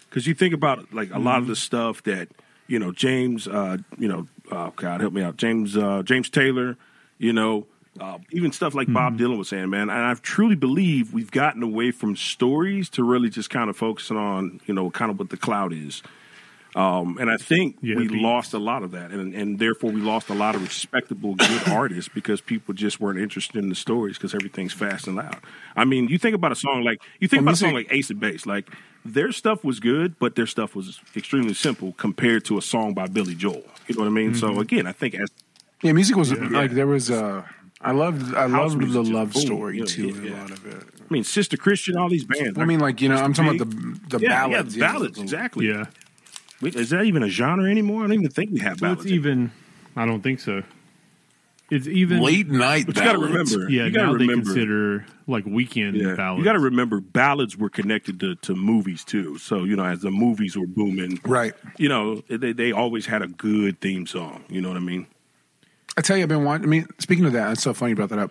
because you think about like a lot Mm-hmm. of the stuff that you know James, uh, you know, oh God help me out, James uh, James Taylor, you know, uh, even stuff like Bob Mm-hmm. Dylan was saying, man. And I truly believe we've gotten away from stories to really just kind of focusing on you know kind of what the cloud is. Um, and I think Yeah, we beats. lost a lot of that, and, and therefore we lost a lot of respectable, good artists because people just weren't interested in the stories because everything's fast and loud. I mean, you think about a song like you think Well, about a song music- like Ace of Base, like their stuff was good, but their stuff was extremely simple compared to a song by Billy Joel. You know what I mean? So again, I think as yeah, music was like there was uh, I loved I House loved the music just love boom. story Yeah, too. yeah, in yeah. A lot of it. I mean, Sister Christian, all these bands. I mean, like you know, I'm talking about the the yeah, ballads. yeah, ballads, exactly. yeah Wait, Is that even a genre anymore? I don't even think we have Well, ballads. it's even. I don't think so. It's even. Late night. But you got to ballads. remember, yeah, you got now to they remember. consider like weekend Yeah. ballads. You got to remember, ballads were connected to, to movies too. So you know, as the movies were booming, Right. You know, they they always had a good theme song. You know what I mean? I tell you, I've been watching. I mean, speaking of that, it's so funny you brought that up.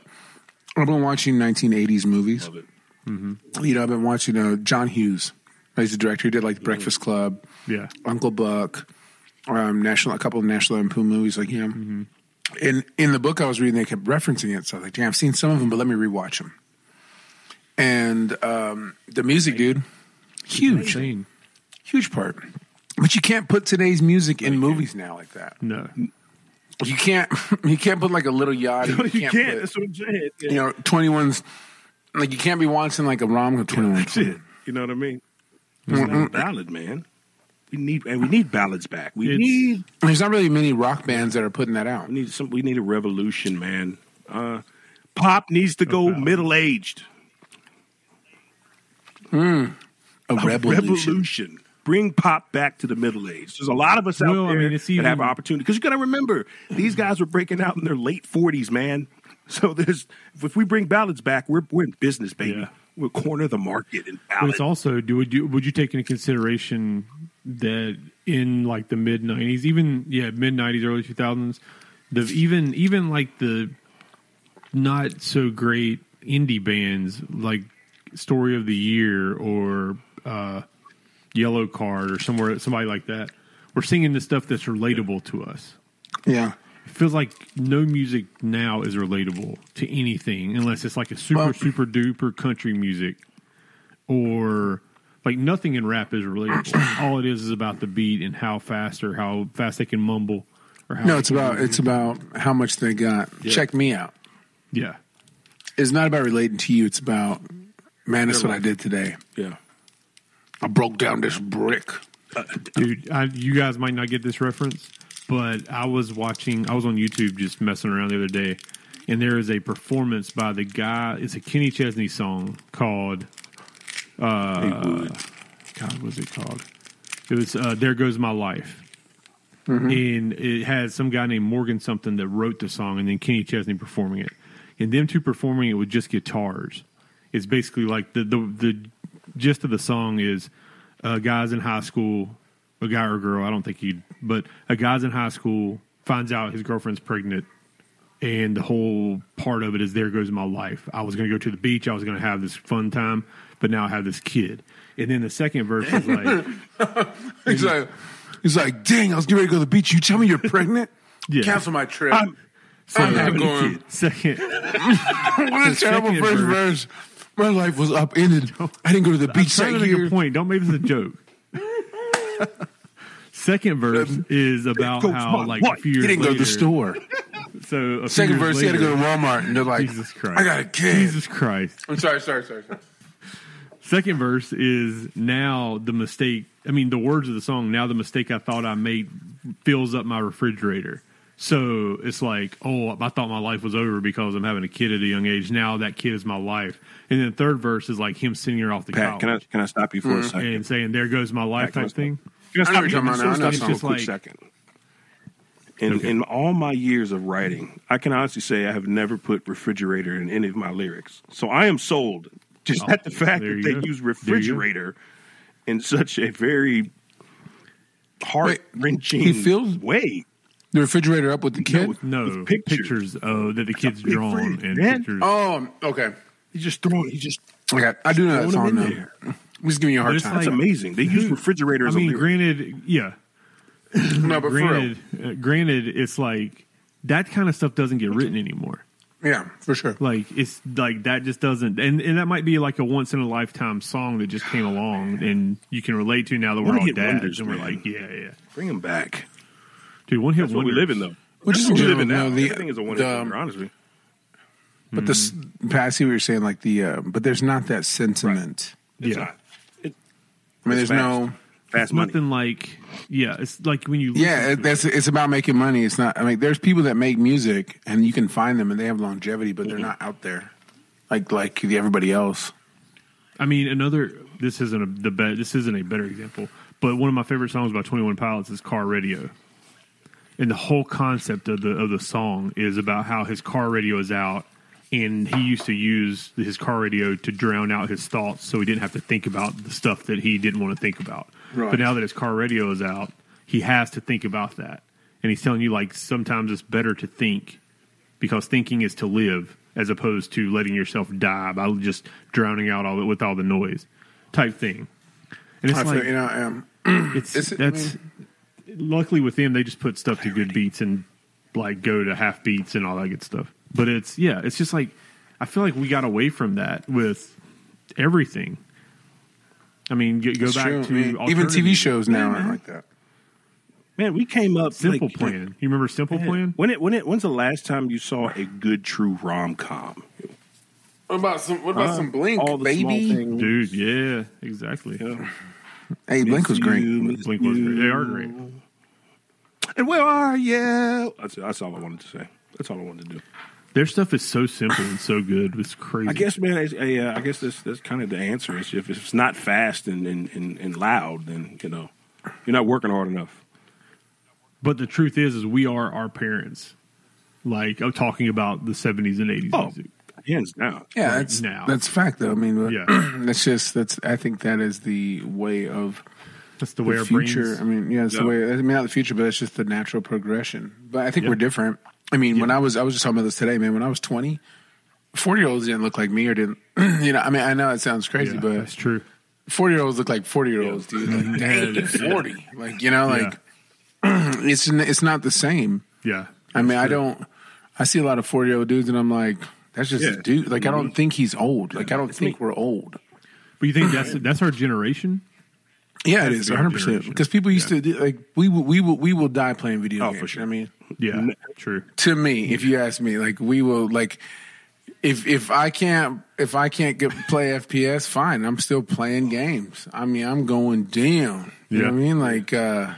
I've been watching 1980s movies. Love it. You know, I've been watching uh, John Hughes. He's the director who did like Breakfast Club, yeah, Uncle Buck, um, National, a couple of National Lampoon movies like him. Mm-hmm. And in the book I was reading, they kept referencing it. So I was like, damn, I've seen some of them, but let me rewatch them. And um, the music, dude, huge, Insane. huge part. But you can't put today's music in movies now like that. No, You can't. *laughs* You can't put like a little yacht. No, you can't. put- That's what I'm saying. Yeah. you know, 21's like you can't be watching like a rom com 21. That's it. You know what I mean? It's not a ballad, man. We need and we need ballads back. We It's- need There's not really many rock bands that are putting that out. we need some we need a revolution, man. Uh, pop needs to go ballad. middle aged. A revolution. Bring pop back to the middle age. There's a lot of us out Well, I there mean, it's that have even- opportunity. Because you got to remember, these guys were breaking out in their late 40s, man. *laughs* So there's if we bring ballads back, we're we're in business, baby. Yeah. We'll corner the market in But ballads. it's also do would you would you take into consideration that in like the mid nineties, even yeah, mid nineties, early two thousands, the even even like the not so great indie bands like Story of the Year or uh, Yellow Card or somewhere somebody like that were singing the stuff that's relatable to us. Yeah. It feels like no music now is relatable to anything unless it's like a super Well- super duper country music or like nothing in rap *clears throat* is relatable. All it is is about the beat and how fast or how fast they can mumble or how No, it's about it's about how much they got. Check me out. yeah. It's not about relating to you. It's about man. That's what I did today. yeah. I broke down this brick. Dude, I, you guys might not get this reference, but I was watching, I was on YouTube just messing around the other day, and there is a performance by the guy. It's a Kenny Chesney song called, uh, God, what's it called? It was uh, "There Goes My Life," and it had some guy named Morgan something that wrote the song, and then Kenny Chesney performing it, and them two performing it with just guitars. It's basically like the the, the gist of the song is uh, guys in high school, a guy or girl, I don't think he, but a guy's in high school finds out his girlfriend's pregnant, and the whole part of it is there goes my life. I was going to go to the beach, I was going to have this fun time, but now I have this kid. And then the second verse *laughs* is like. *laughs* He's like, he's like, dang, I was getting ready to go to the beach. You tell me you're pregnant? *laughs* Yeah. Cancel my trip. I'm- I'm not going. *laughs* *laughs* Second, What a terrible second first verse. My life was upended. I didn't go to the beach trying to that make year. a point. Don't make this a *laughs* joke. Second verse is about goes how my like a life. few He years didn't go to later. the *laughs* store. So a few Second years verse, he had to later- go to Walmart, and they're like, Jesus Christ! I got a kid. Jesus Christ! I'm sorry, sorry, sorry, sorry. Second verse is now the mistake. I mean, the words of the song. Now the mistake I thought I made fills up my refrigerator. So it's like, oh, I thought my life was over because I'm having a kid at a young age. Now that kid is my life. And then third verse is like him sending her off to Pat, college. can I can I stop you for a second? and saying "There goes my life" Back type to thing. Can I I know stop you what you're for talking about. I know just what a you're quick talking about. second? In, Okay. in all my years of writing, I can honestly say I have never put refrigerator in any of my lyrics. So I am sold just Oh, at the fact there that you they go. use There you go. refrigerator in such a very heart he wrenching feels- way. The refrigerator up with the kid? No With pictures. pictures uh, that the kids big drawn friend, and man. pictures. Oh, okay. He's just throwing. He just Okay, I do know that Throwing song him in now. there. I'm just giving you a hard It's time. that's like- amazing. They use refrigerator I as mean, a lyric. granted, yeah, no, but granted, uh, granted, it's like that kind of stuff doesn't get written anymore. for real. Yeah, for sure. Like it's like that just doesn't, and and that might be like a once in a lifetime song that just *sighs* came along and you can relate to now that we're Oh, One all hit dads wonders, and we're man. like, yeah, yeah, Bring him back. dude, one hit That's what we wonders. live in, though. Which is That's what we in live in general, now. no, the- Everything is a one the- wonder. Honestly, Mm-hmm. But this, Pat, I see what you're saying, like the, uh, but there's not that sentiment. It's Yeah, not. It- I mean, It's there's no, fast money. nothing like yeah. It's like when you listen yeah, to it, that's, it's about making money. It's not, I mean, there's people that make music and you can find them and they have longevity, but they're Mm-hmm. not out there like, like the- everybody else. I mean, another. This isn't a the bet. This isn't a better example, but one of my favorite songs by Twenty One Pilots is Car Radio, and the whole concept of the of the song is about how his car radio is out, and he used to use his car radio to drown out his thoughts, so he didn't have to think about the stuff that he didn't want to think about. Right. But now that his car radio is out, he has to think about that, and he's telling you like sometimes it's better to think because thinking is to live as opposed to letting yourself die by just drowning out all with all the noise type thing. And it's I feel- like you know, um, it's is it- I that's luckily with them they just put stuff to good beats and like go to half beats and all that good stuff. But it's yeah, it's just like I feel like we got away from that with everything. I mean, go, go it's back true, to man. even TV alternative- shows now aren't like that. man, we came up Simple like, *laughs* Plan. You remember Simple Plan? When it when it when's the last time you saw a good true rom com? What about some? What about Uh, some Blink, all the small baby? things. Dude, yeah, exactly. Hey, Blink was Miss great. you, miss Blink was great. you. They are great. And where are you? That's, that's all I wanted to say. That's all I wanted to do. Their stuff is so simple and so good. It's crazy. I guess, man. I, I, uh, I guess that's that's kind of the answer. Is if it's not fast and, and, and, and loud, then you know you're not working hard enough. But the truth is, is we are our parents. Like I'm talking about the 70s and 80s Oh. music. Hands *laughs* down. Yeah, that's now. that's fact though. I mean, uh, Yeah. *clears throat* that's just that's. I think that is the way of That's the way the our future. brains. I mean, yeah, it's Yeah. the way. I mean, not the future, but it's just the natural progression. But I think Yeah. we're different. I mean, when Yeah. I was, I was just talking about this today, man. When I was 20, 40 year olds didn't look like me or didn't, *clears throat* you know. I mean, I know it sounds crazy, yeah, but that's true. 40 year olds look like 40 year olds, dude. Like, *laughs* dang, you're 40. Like, you know, like *clears throat* it's it's not the same. Yeah, I mean, I don't. I see a lot of forty year old dudes, and I'm like, that's just Yeah. a dude. Like, I don't think he's old. Like, I don't think we're old. but you think that's that's our generation? Yeah, it is the 100 percent generation. because people used to do, like we will, we will we will die playing video Oh, games. for sure. I mean, Yeah, true. to me, if you ask me, like we will like if if I can't if I can't get play FPS, fine. I'm still playing games. I mean, I'm going down. You know what I Yeah. mean? Like uh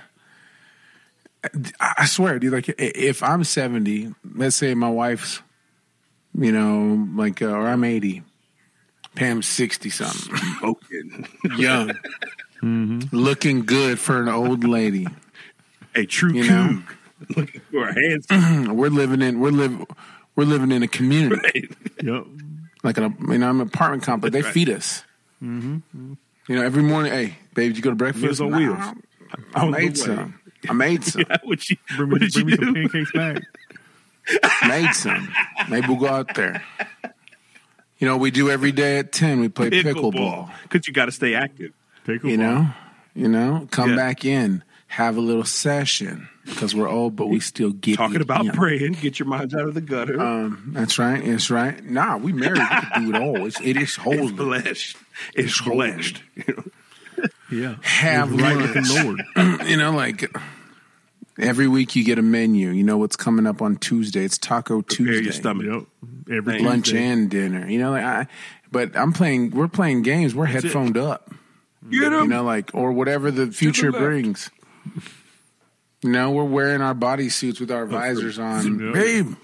I I swear, dude, like i- if I'm 70, let's say my wife's you know, like uh, or I'm 80. Pam's 60 something. *laughs* Smoking. Young. Looking good for an old lady. *laughs* *clears throat* a true You know? coug. *laughs* Looking for a hands. We're living in we're live we're living in a community. Yep. like an you know, I'm an apartment complex. They feed us. You know, every morning, hey, babe, did you go to breakfast? Meals on Nah, wheels. I On the way. made some. I made some. *laughs* what she, Bring me, what did bring me you some do? pancakes back. Made some. Maybe we'll go out there. You know, we do every day at ten. We play pickleball. Because you got to stay active. Pickleball. You know, you know, come Yeah. back in, have a little session because we're old, but we still get Talking it about in. praying, get your minds out of the gutter. Um, that's right. That's right. Nah, we married. We can do it all. It's, it is it's holy. blessed. It's holy. blessed. Yeah. Have right with lunch. the Lord. *clears throat* you know, like every week you get a menu. You know what's coming up on Tuesday. It's Taco Prepare Tuesday, your stomach. Yep. Every lunch Tuesday. and dinner. You know, like I. But I'm playing. We're playing games. We're it. headphoned up. Get 'em. You know, like or whatever the future left. brings. You know, we're wearing our bodysuits with our visors on, Yeah. babe.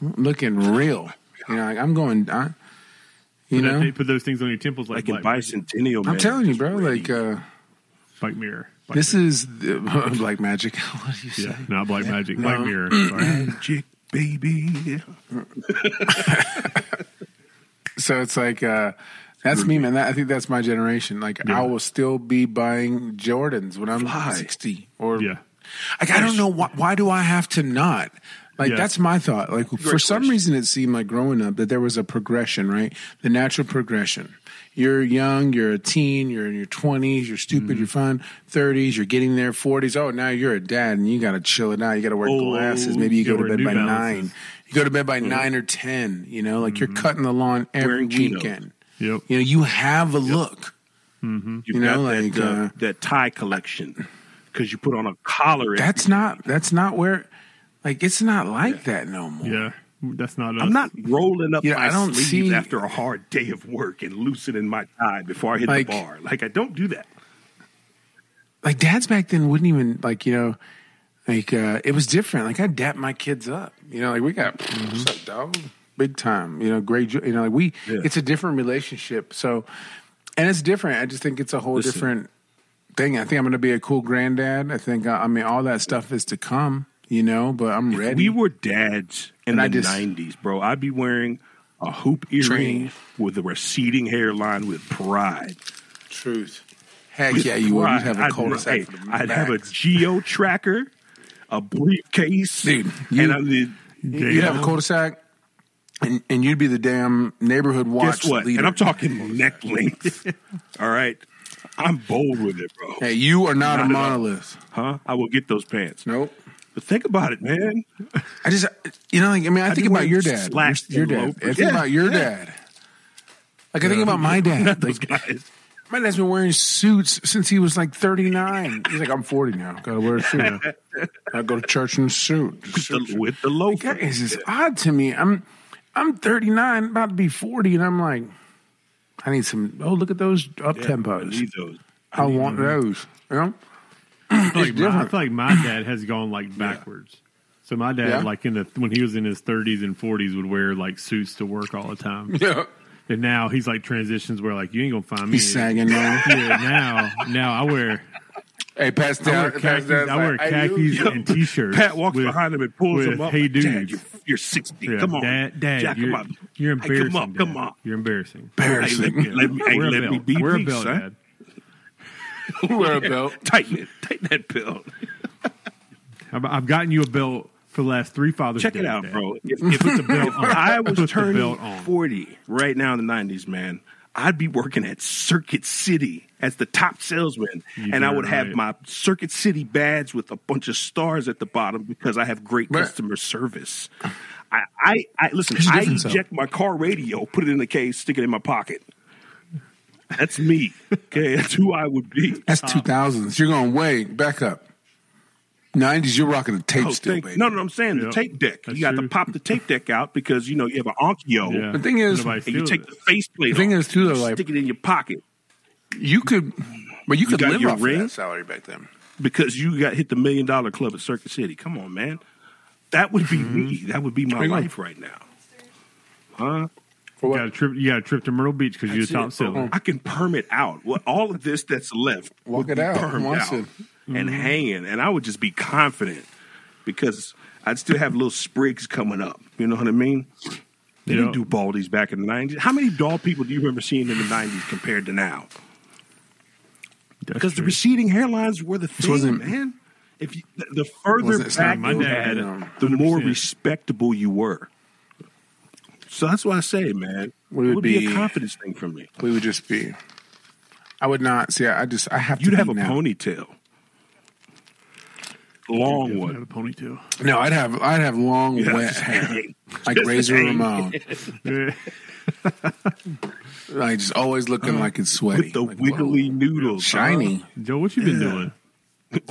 Looking real. You know, like I'm going. I, you Put that- know, they put those things on your temples like, like in black, bicentennial. I'm Man. telling you, bro. Like uh, Black Mirror. Black this is the, *laughs* like magic. what do you say? Mirror. yeah, not Black Magic. Black Mirror. Sorry. uh, Magic, baby. Mm-hmm. So it's like uh that's me, man. That, I think that's my generation. Like I will still be buying Jordans when I'm Fly. sixty, or Yeah. like I don't know why. Why do I have to not? Like Yeah. that's my thought. Like for some question. reason, it seemed like growing up that there was a progression, right? The natural progression. You're young, you're a teen, you're in your twenties, you're stupid, Mm-hmm. you're fun. Thirties, you're getting there. Forties, oh now you're a dad and you got to chill it out. You got to wear Oh, glasses. Maybe you you go to gotta bed wear by nine. New Balances. Mm-hmm. You go to bed by nine or ten. You know, like you're cutting the lawn every Wearing chinos. weekend. Yep. You know, you have a look. You've You know, got like, that, uh, uh, that tie collection because you put on a collar. every- That's not. That's not where. Like it's not like that no more. Yeah. That's not us. I'm not rolling up Yeah, my I don't sleeves see- after a hard day of work and loosening my tie before I hit Like- the bar. Like I don't do that. like dads back then wouldn't even like you know like uh it was different like i dap my kids up you know like we got what's up dog big time you know great jo- you know like we Mm-hmm. Yeah. it's a different relationship so and it's different i just think it's a whole Listen. different thing i think i'm gonna be a cool granddad i think uh, i mean all that stuff is to come you know but i'm We ready were dads in And I the just- '90s, bro. I'd be wearing a hoop earring Training. with a receding hairline with pride. truth heck With yeah you would pride. you'd have a I'd- cul-de-sac hey, for the I'd have a max. geo tracker, a briefcase, Dude, and you- I did. you'd have a cul-de-sac and, and you'd be the damn neighborhood watch Guess what? leader. And I'm talking neck *laughs* length. All right, I'm bold with it, bro. hey you are Not not, a at all. monolith Huh? I will get those pants. nope But think about it, man. I just, you know, like, I mean, I I'd think be about wearing your dad, your, slacks your and dad. loafers. I think Yeah, about your yeah. dad. Like I think about *laughs* my dad. Those Like guys. my dad's been wearing suits since he was like thirty nine. He's like, I'm forty now. Got to wear a *laughs* suit. I go to church in a suit. With the, with the loafer. That is just odd to me. I'm. I'm 39, about to be 40, and I'm like, I need some. Oh, look at those up Yeah, tempos. I need those. I, want those. You know? I feel, like my, I different. feel like my dad has gone like backwards. So my dad, Yeah. like in the when he was in his 30s and 40s, would wear like suits to work all the time. *laughs* Yeah. and now he's like transitions where like you ain't gonna find me. He's sagging now. Yeah, now now I wear hey, pass I down. wear pass khakis, down, I wear like, khakis you- and t-shirts. Pat walks with- behind him and pulls with, him up. Hey, like, dude, Dad, you're, you're 60. Yeah, come on. Dad, Dad, Jack, you're, come on. you're Hey, embarrassing. come on, come Dad. on. You're embarrassing. Hey, let Embarrassing. me, let me, hey, Wear a let me belt. be Wear a peace, belt, son. Dad. Wear *laughs* a belt. Tighten it. Tighten that belt. I've, I've gotten you a belt for the last three Father's Check Day, it out, Dad. bro. If, if *laughs* Put the belt on. I Put the was turning belt on. 40 right now in the 90s, man, I'd be working at Circuit City as the top salesman. You and I darn would have right. my Circuit City badge with a bunch of stars at the bottom because I have great Right. customer service. I, I, I listen, There's a I difference, though. eject my car radio, put it in the case, stick it in my pocket. That's me. Okay, *laughs* that's who I would be. That's 2000s. You're going way back up. 90s, you're rocking a tape Oh, still, thank- baby. no, no, I'm saying Yep. the tape deck. That's you got true. to pop the tape deck out because you know you have an Onkyo. Yeah. The thing is- Nobody And you steals take it. the faceplate. The thing off, is, too, though, you like- stick it in your pocket You could, but you could got live your off of ring? that salary back then. because you got hit the million dollar club at Circuit City. Come on, man. That would be Mm-hmm. me. That would be my Hang on. life right now. For You got a trip. You got a trip to Myrtle Beach because you're That's the it, top bro. seller. I can permit out what all of this that's left. Walk would it be out. permed Once out it- Mm-hmm. and hanging, and I would just be confident because I'd still have little sprigs coming up. You know what I mean? They Yeah. didn't do baldies back in the nineties. How many bald people do you remember seeing in the nineties compared to now? That's Because the true. receding hairlines were the thing, wasn't- man. If you, the, the further Wasn't- it's not back my you dad, had, um, the more 100%. respectable you were. So that's why I say, man, We it would would be, be- a confidence thing for me. We would just be. I would not see. I just. I have You'd to. have be a now. ponytail, long Definitely have one, a ponytail. No, I'd have. I'd have long Yeah, wet just hair, hang. *laughs* like Razor Ramon. *laughs* Yeah. Like just always looking like it's sweaty, Uh, with the Like, wiggly uh, whoa. noodles, shiny, Joe, what you been Yeah. doing?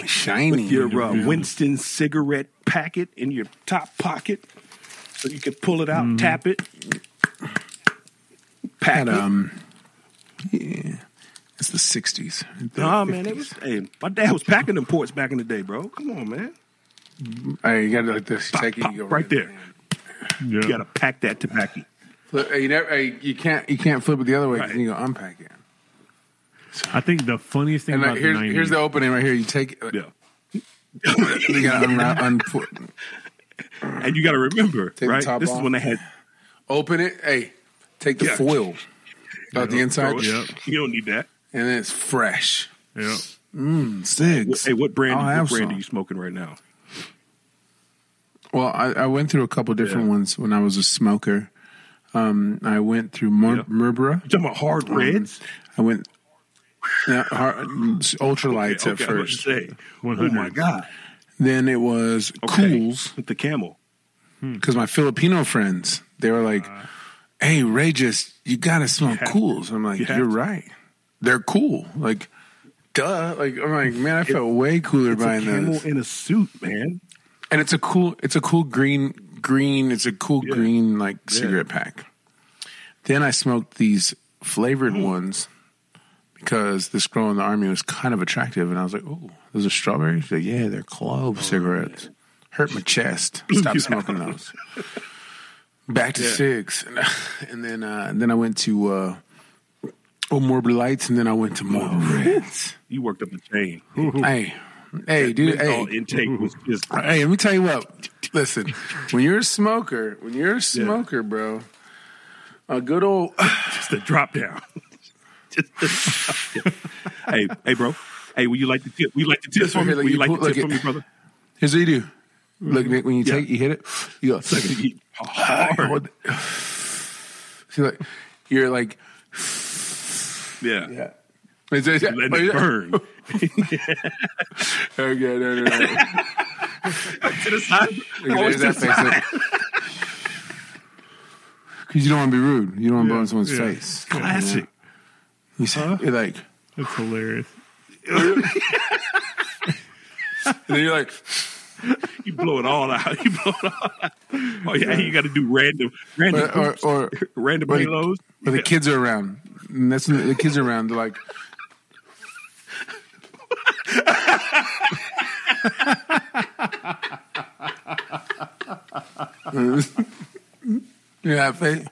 shiny. your uh, Winston cigarette packet in your top pocket, so you could pull it out, tap it, pack Mm-hmm. Had, it. um, yeah, it's the '60s. Nah, man, it was. Hey, my dad was packing them ports back in the day, bro. Come on, man. Hey, you got to like this. You take it, pop, you go right there. Yeah. You gotta pack that tobacco. Flip, hey, you, never, hey, you can't. You can't flip it the other way. 'cause Right. then You go unpack it. I think the funniest thing And about like, here's the 90s. here's the opening right here. You take. it. Yeah, You *laughs* got to unwrap, unput, and you gotta remember, the right? top This off. is when they had. open it. Hey, take the Yeah. foil out the inside, Throw it. Yep. *laughs* You don't need that. and then it's fresh. yeah. Six. Mm, Hey, what brand? I'll have What brand some. are you smoking right now? Well, I, I went through a couple different Yeah. ones when I was a smoker. Um, I went through Mur- Yeah. Murbra. You talking about hard Mm. reds? I went yeah, har- ultralights Okay, at I was first. about to say, Oh 100. my god! Then it was Okay. Cools with the camel. because Mm. my Filipino friends they were like, Uh. "Hey, Ray, just you gotta smoke have Cools." I'm like, You you have are to." right. They're cool." Like, duh. Like I'm like, man, I felt way cooler It's a buying camel those. in a suit, man. And it's a cool, it's a cool green, green. It's a cool Yeah. green like cigarette pack. Then I smoked these flavored Mm-hmm. ones because this girl in the army was kind of attractive, and I was like, "Oh, those are strawberries." She's like, yeah, they're Oh, clove cigarettes. Hurt *laughs* my chest. Stop smoking those. Back to six, *laughs* and, then uh, and then I went to uh, oh Morber Lights, and then I went to *laughs* Morber Reds. You worked up the chain. hey, hey, dude, Menthol hey, intake *laughs* was just Hey, let me tell you what. *laughs* Listen, when you're a smoker, when you're a smoker, bro, a good old *coughs* just a drop down. just a drop down. *laughs* hey, hey, bro. Hey, will you like the tip? Will you like the tip for me? Like Will you you like pull- the tip like for me, it- brother? here's what you do. Look, Nick, when you Yeah. take, you hit it, you go. *coughs* She's *laughs* Hard. *sighs* like, you're like, *laughs* Yeah. *laughs* yeah. It's, it's, Letting it burn. oh, *laughs* Okay, no, no, *laughs* no. Look to the *laughs* side. at- Always there's that to the *laughs* side. face. Because you don't want to be rude. You don't want to blow in someone's yeah. face. Classic. You say, You're like, Uh-huh. That's hilarious. and then you're like, You blow it all out. You blow it all out. Oh yeah, you got to do random, random, *laughs* Or- or- *laughs* or- *laughs* random or the- payloads. uh, But the kids are around. And that's when the kids are around. They're like, yeah, they,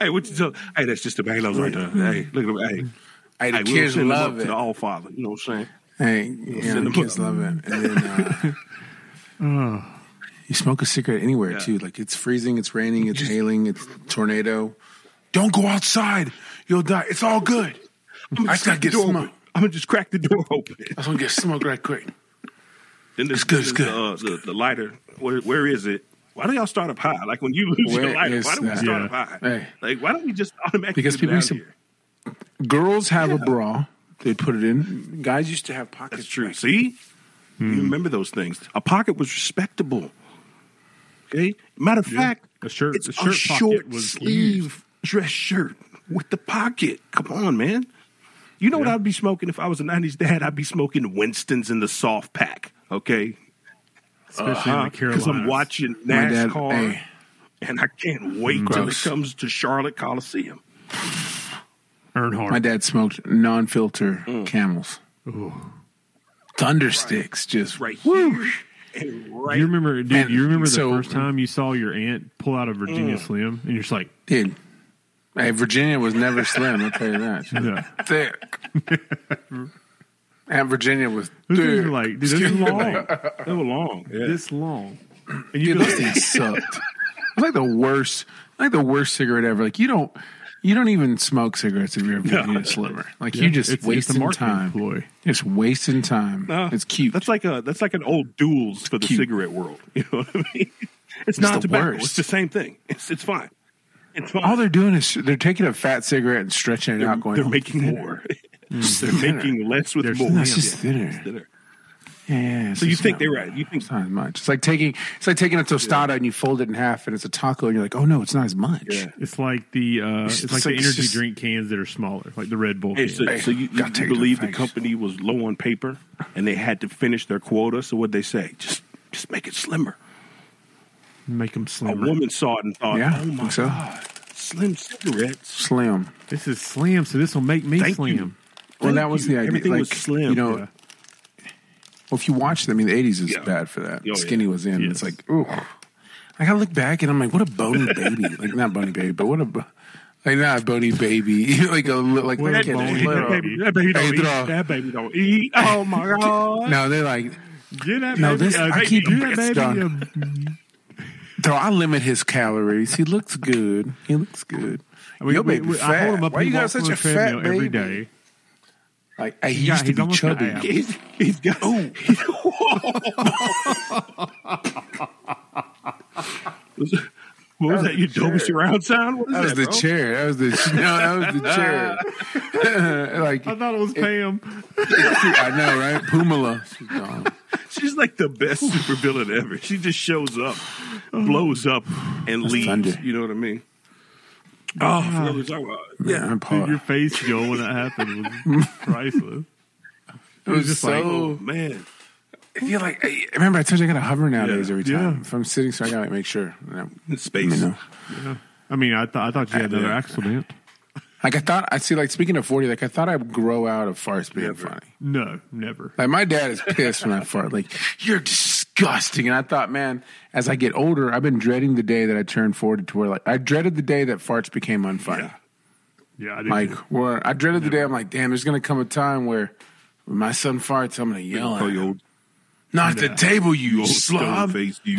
Hey, what you tell? Hey, that's just the payloads right there. Hey, look at them. hey, Hey, the hey, we'll kids send them up love to it. the All Father. You know what I'm saying? Hey, yeah, Send the them kids up. love it. And then uh, you smoke a cigarette anywhere Yeah. too. Like it's freezing, it's raining, it's hailing, it's tornado. Don't go outside. You'll die. It's all good. I just gotta get I'm smoke. gonna just crack the door open. I just wanna get smoke right quick. Then this, It's good, this- it's good. Uh, the, the lighter. Where, where is it? Why do y'all start up high? Like when you lose Where your lighter, is why do we that? start Yeah. up high? Hey. Like why don't we just automatically? Because do people it used out to- here? Girls have a bra. They put it in. Guys used to have pockets. That's true. See, hmm. you remember those things. A pocket was respectable. Okay. Matter of fact, A shirt- It's a a, shirt pocket short was sleeve dress shirt with the pocket. Come on, man. You know what I'd be smoking if I was a '90s dad? I'd be smoking Winston's in the soft pack. Okay. especially in the Carolinas. Because I'm watching My dad- NASCAR, hey. and I can't wait till it Gross. comes to Charlotte Coliseum. Earnhardt. My dad smoked non-filter camels. Thunder sticks just Right Woo! here, and right. You remember, dude? Man, you remember the so- first time you saw your aunt pull out a Virginia Mm. Slim, and you're *laughs* just like, Dude, hey, Virginia was never slim. I'll tell you *laughs* that. She was yeah. thick. and Virginia was Those things thick. are like, dude, this *laughs* is long, they were long. Yeah. this long, and you Dude, go, *laughs* those things sucked. It was like the worst, like the worst cigarette ever. Like you don't, you don't even smoke cigarettes if you're a Virginia slimmer. Like you just it's, it's a wasting marketing time. ploy. It's wasting time. Uh, it's cute. That's like a that's like an old duels for the Cute. cigarette world. *laughs* You know what I mean? It's, not the tobacco. worst. It's the same thing. It's it's fine. It's fine. all they're doing is they're taking a fat cigarette and stretching it out, going. they're "Oh, making thinner. more. *laughs* It's they're thinner. making less with They're more. thinner. It's just thinner. It's thinner. Yeah, yeah, it's So you just think not- they're right? You think It's not as much. It's like taking it's like taking a tostada and you fold it in half and it's a taco and you're like, oh no, it's not as much. Yeah. It's like the uh, it's, It's like the like- it's energy just- drink cans that are smaller, like the Red Bull. Hey, can. so, Hey, so you, you gotta take it, believe the thanks. company was low on paper and they had to finish their quota. So what they say? Just just make it slimmer. Make them A slimmer. woman saw it and thought, Yeah, "Oh my think so. god, slim cigarettes." Slim. This is slim, so this will make me Thank slim. you. Well, Thank that was you. the idea. Everything like, was slim. You know, yeah. well, if you watch, I mean, the '80s is Yeah. bad for that. Oh, yeah. Skinny was in. Yes. It's like, ooh, like I look back and I'm like, what a *laughs* bony baby. like not bony baby, but what a bo- like not a bony baby. *laughs* like a li- like What a look at bony it, little. baby. that baby Hey, don't draw. eat. That baby don't eat. Oh *laughs* my god! No, they're like, Get that No, baby. this- a- I keep- get that it's baby. um, done. a- though I limit his calories. He looks good. He looks good. I mean, Your we- baby we- I fat. hold him up. Why he you got walks such on a the treadmill fat every baby? day? Like hey, he Yeah, used to he's be almost got chubby. abs. He's, he's *laughs* got. Oh, what was that? You dopey surround sound? What is That *laughs* was the bro? chair. That was the no. That was the *laughs* chair. *laughs* like I thought it was Pam. I know, right? Pumala. She's gone. She's like the best supervillain ever. She just shows up, blows up, and leaves. Oh. thunder. Ah. You know what I mean? Oh, I forgot what we were talking about. Yeah, I'm Dude, your Paul. face, Joe, when that happened *laughs* was priceless. It was just just like, Oh so. man, you're like, hey, remember I told you I got to hover nowadays Yeah, every time. If I'm sitting, so I got to make sure. You know, in let me space. know. I mean, I thought I thought you had another Yeah. accident. Like I thought, I see. Like speaking of forty, like I thought I'd grow out of farts being Never. funny. No, never. Like my dad is pissed when I *laughs* fart. Like you're disgusting. And I thought, man, as I get older, I've been dreading the day that I turned forty. To where like I dreaded the day that farts became unfunny. Yeah. Yeah, I did. Like too. where I dreaded the day. I'm like, damn, there's gonna come a time where when my son farts, I'm gonna yell. Oh, At you him. old, Not the table, you old slob. stone face, you.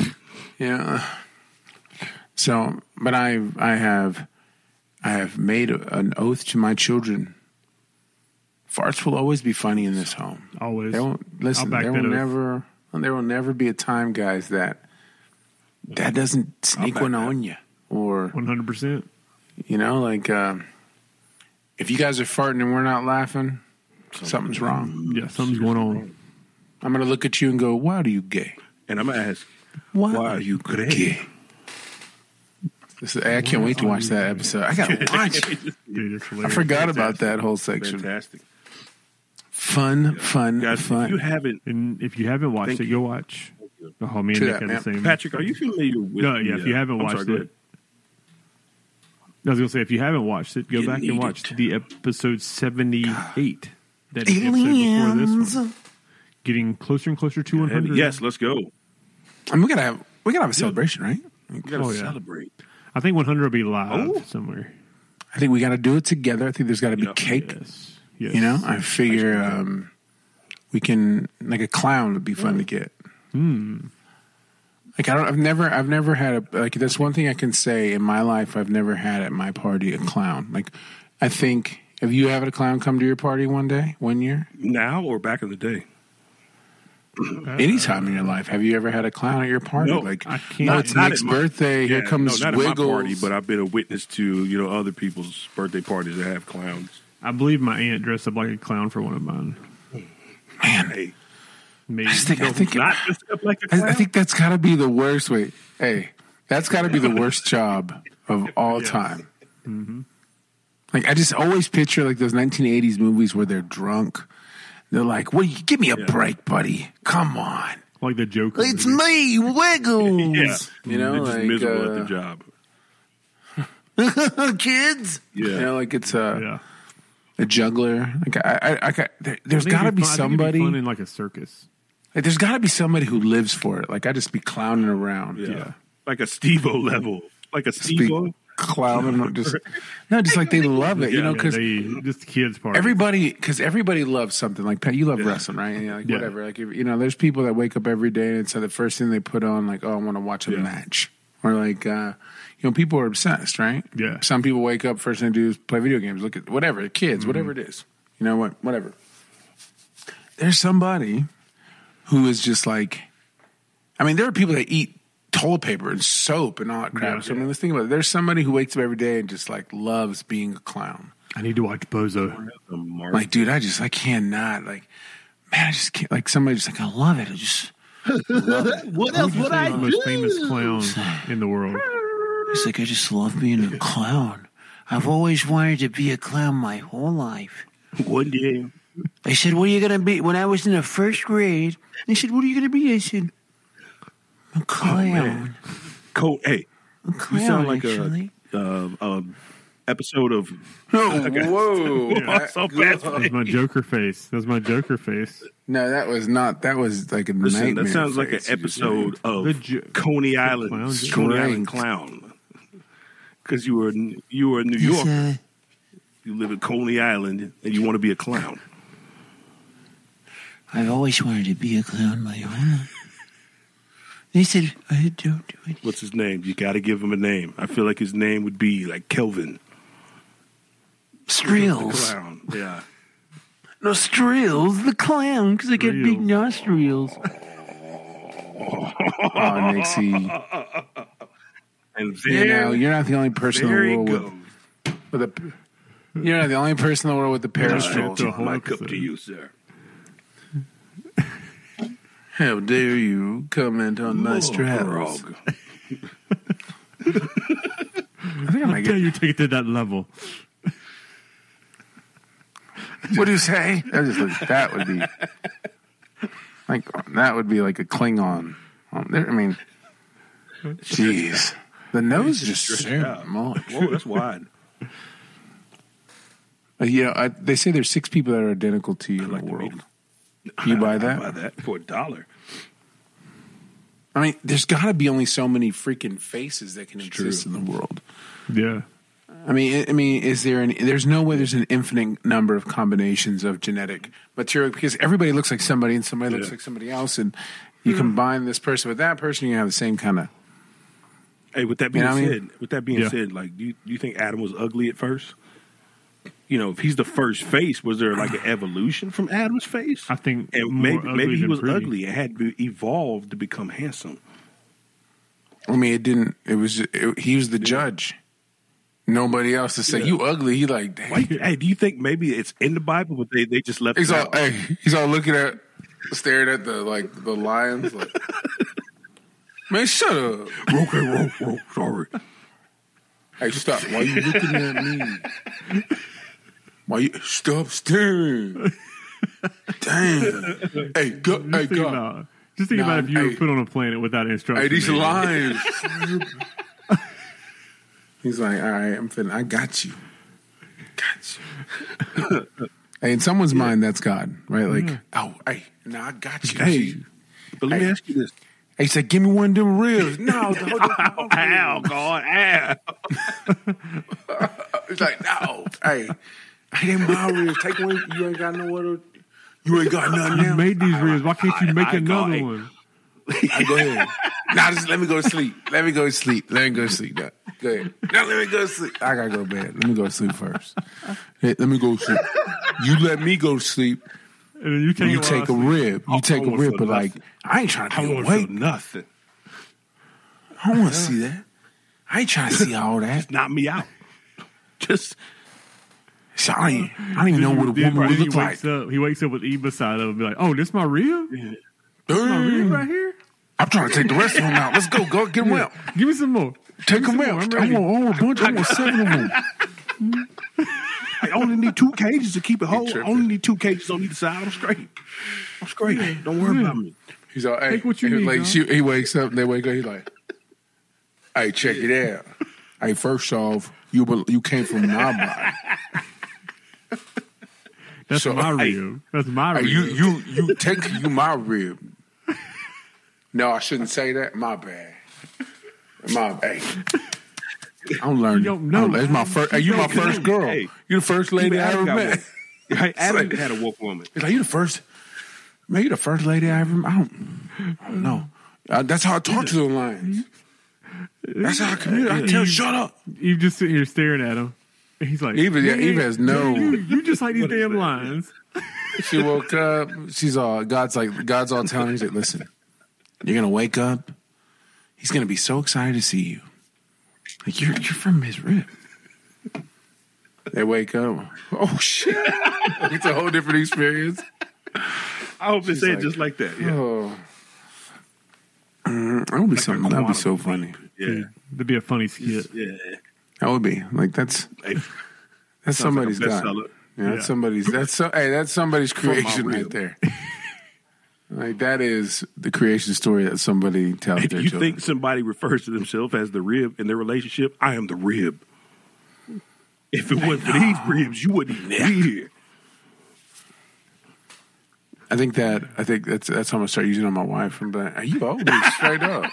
Yeah. So, but I I have I have made a, an oath to my children. Farts will always be funny in this home. Always. They won't listen. back There that will up. never there will never be a time, guys, that dad doesn't sneak back one that. on you or One hundred percent. you know like um, if you guys are farting and we're not laughing, something's wrong. Yeah, something's going on. I'm gonna look at you and go, "Why are you gay? And I'm gonna ask, Why, why are you gray? This is, I can't wait to watch that episode. I *laughs* *laughs* gotta watch. it. Dude, it's I hilarious. forgot about that whole section. Fantastic, Fun, fun, guys. If fun. you haven't, And if you haven't watched Thank it, you. go watch. Oh, me and To Nick that, had man. the same. Patrick, are you familiar with? no, yeah. If the, you uh, haven't I'm watched sorry, go it, I was gonna say if you haven't watched it, go You back need and watch it. the episode seventy-eight. That is the episode before this one. Getting closer and closer to one ahead. hundred. Yes, let's go. And we gotta have we gotta have a celebration, right? We gotta Oh, yeah. celebrate. I think one hundred will be live Oh. somewhere. I think we gotta do it together. I think there's gotta be Yeah. cake. Yes. Yes. You know, I figure um, we can like a clown would be fun to get. Hmm. Like I don't, I've never, I've never had a like. That's one thing I can say in my life. I've never had at my party a clown. Like I think if you have a clown come to your party one day, one year, Now or back in the day? Uh, any time in your life, have you ever had a clown at your party? No, like I can't. oh, it's Not Nick's at my- birthday. Here Yeah, comes no, not Wiggles. At my party, but I've been a witness to you know other people's birthday parties that have clowns. I believe my aunt dressed up like a clown for one of mine. Hey, Maybe. I just think, I think not just up like a I, clown. I think that's got to be the worst. Wait, hey, that's got to be the *laughs* worst job of all time. Mm-hmm. Like I just always picture like those 1980s movies where they're drunk. They're like, "What? do you- Give me a break, buddy. Come on, like the Joker. it's me, movie. Wiggles. *laughs* yeah, You know, they're just like, miserable uh, at the job. kids. Yeah. you know, like it's a Yeah. a juggler. Like I, I, I got, there, I there's think got to it'd be fun- I think it'd somebody. fun in like a circus. like, there's got to be somebody who lives for it. Like I just be clowning around. Yeah. Yeah. Like a Stevo level. Like a Just be Stevo. clowning, just no, just like they love it. you Yeah, know, Yeah, because they- just kids party. everybody because everybody loves something like Pat. You love wrestling, right? And, like Yeah. whatever. Like if, you know, there's people that wake up every day and so the first thing they put on, like, oh, I want to watch a Yeah. match, or like, uh, you know, people are obsessed, right? Yeah. Some people wake up first thing they do is play video games, look at whatever the kids, Mm-hmm. whatever it is. You know what? Whatever. There's somebody who is just like, I mean, there are people that eat toilet paper and soap and all that crap. Yeah. so I mean, let's think about it. There's somebody who wakes up every day and just like loves being a clown I need to watch Bozo. The mark. like dude i just i cannot like man i just can't like somebody just like i love it i just love it What else would I the do? most famous clown in the world. It's like I just love being a clown. I've always wanted to be a clown my whole life. one day. They said, "What are you gonna be?" When I was in the first grade, they said, "What are you gonna be?" I said, "A clown." Co- hey, a clown. Oh, you sound like actually. a, uh, a episode of. *laughs* *laughs* *laughs* whoa so bad. That's my Joker face. That's my Joker *laughs* face. no that was not that was like a Listen, nightmare that sounds like an face you just episode The of Ju- Coney Island. Clown Joker. Coney Great. Island clown. Because you were in- you were in New It's, York, uh, you live in Coney Island, and you want to be a clown. I've always wanted to be a clown my whole life. They said, "I don't do it." What's his name? You got to give him a name. I feel like his name would be like Kelvin the Strills. clown. Yeah, No, Strills the clown, because I got Strills. big nostrils. did. *laughs* oh nixie *laughs* and *laughs* you know there, you're not the only person there in he the goes. world with, with a you're not the only person in the world with the Paris Nah, stroll. it's a- Tip my cup to you, sir. How dare you comment on my Oh, straps? Frog. I think I How might dare get, you take it to that level? what do you say? I just like, that would be like that would be like a Klingon. Um, there, I mean, jeez, the nose just so much. Whoa, that's wide. Uh, You know, I, they say there's six people that are identical to you in like the to world. meet *laughs* You *laughs* buy I'd that? Buy that for a dollar. I mean, there's got to be only so many freaking faces that can true. exist in the world. Yeah. I mean, I- I mean, is there an? There's no way there's an infinite number of combinations of genetic material because everybody looks like somebody and somebody looks Yeah. like somebody else, and you combine this person with that person, you have the same kind of. Hey, with that being know what I mean? said, with that being Yeah. said, like, do you, do you think Adam was ugly at first? You know, if he's the first face, was there like an evolution from Adam's face? I think and more maybe ugly maybe he than was pretty. ugly and had to evolve to become *laughs* handsome. I mean, it didn't. It was it, he was the judge. Nobody else to say Yeah. you ugly. He like damn. Why, hey, do you think maybe it's in the Bible, but they, they just left He's it all out? hey, he's all looking at, staring at the like the *laughs* lions. Like, man, shut up! okay, whoa, whoa, sorry. Hey, *laughs* stop! Why you looking at me? Why you stop staring? Damn! Hey, go, hey, Think God! about Just think No, about if you were I- put on a planet without Hey, instructions. these *laughs* lines. He's like, all right, I'm finna. I got you. Got you. hey, in someone's mind, that's God, right? Like, oh, hey, no, I got you. Hey. Hey, But let me ask you this. he said, give me one of them ribs. No, the whole- *laughs* Oh, *laughs* Ow, God, ow. It's like, no, hey, hey, them my ribs. Take one. You ain't got no other. You ain't got nothing You now. made these ribs. Why can't you make I got another it. one? Hey, go ahead. Now just let me go to sleep. Let me go to sleep. Let me go to sleep. Now. Go ahead. Now let me go to sleep. I gotta go to bed. Let me go to sleep first. Hey, let me go to sleep. You let me go to sleep. And then you take, You it take a while I sleep. rib. You take a want rib, for but like nothing. I ain't trying to I be won't feel awake. nothing. I don't want to see that. I ain't trying to see all that. Knock me out. Just So I, ain't, I don't even know what a Then- woman would then he look like. wakes up. He wakes up with Eve beside him and be like, "Oh, this my rib? My rib Damn. right here? I'm trying to take the rest of them out. Let's go. Go get them out. Give me some more." Take them Come on, out. I'm I ready. want, I want a bunch. I want seven of them. I only need two cages to keep it whole. I tripping. only need two cages on either side. I'm straight. I'm straight. Don't worry about me. He's like, hey, Take what you and need, like dog. she, he wakes up and they wake up. He's like, hey, check it out. Hey, first off, you bel- you came from my body. That's So, my hey, rib. That's *laughs* my Hey, rib. you you you take you my rib. No, I shouldn't say that. My bad. My hey. I'm learning. don't know, I'm- It's my man. first. Hey, you my first girl. Hey. You the first lady I Adam ever got met. one. Hey, Adam like- had a woke woman. He's like, you the first, man, you the first lady I ever, I don't, I don't know. Uh, that's how I talk to the lions. That's how I communicate. I tell them, shut up. Eve just sitting here staring at him. And he's like, Eve, yeah, "Man, Eve has no. You, you just like these What is damn that? lines. She woke up. She's all, God's like, God's all telling her, he's like, listen, you're going to wake up. He's going to be so excited to see you. Like, you're, you're from his rib. They wake up. Oh, shit. *laughs* it's a whole different experience. I hope they say like- it just like that. Yeah. Oh. Mm, That would be something. That would be so funny. Yeah. That'd be a funny skit. Yeah. That would be like that's Hey, that's somebody's like a got. bestseller. Yeah, that's Yeah. somebody's. That's so. Hey, that's somebody's creation right rib. there. like that is the creation story that somebody tells if their you children. think somebody refers to themselves as the rib in their relationship, I am the rib. If it wasn't for these ribs, you wouldn't even be here. I think that. I think that's that's how I'm gonna start using it on my wife. I'm like, hey, you old me straight up.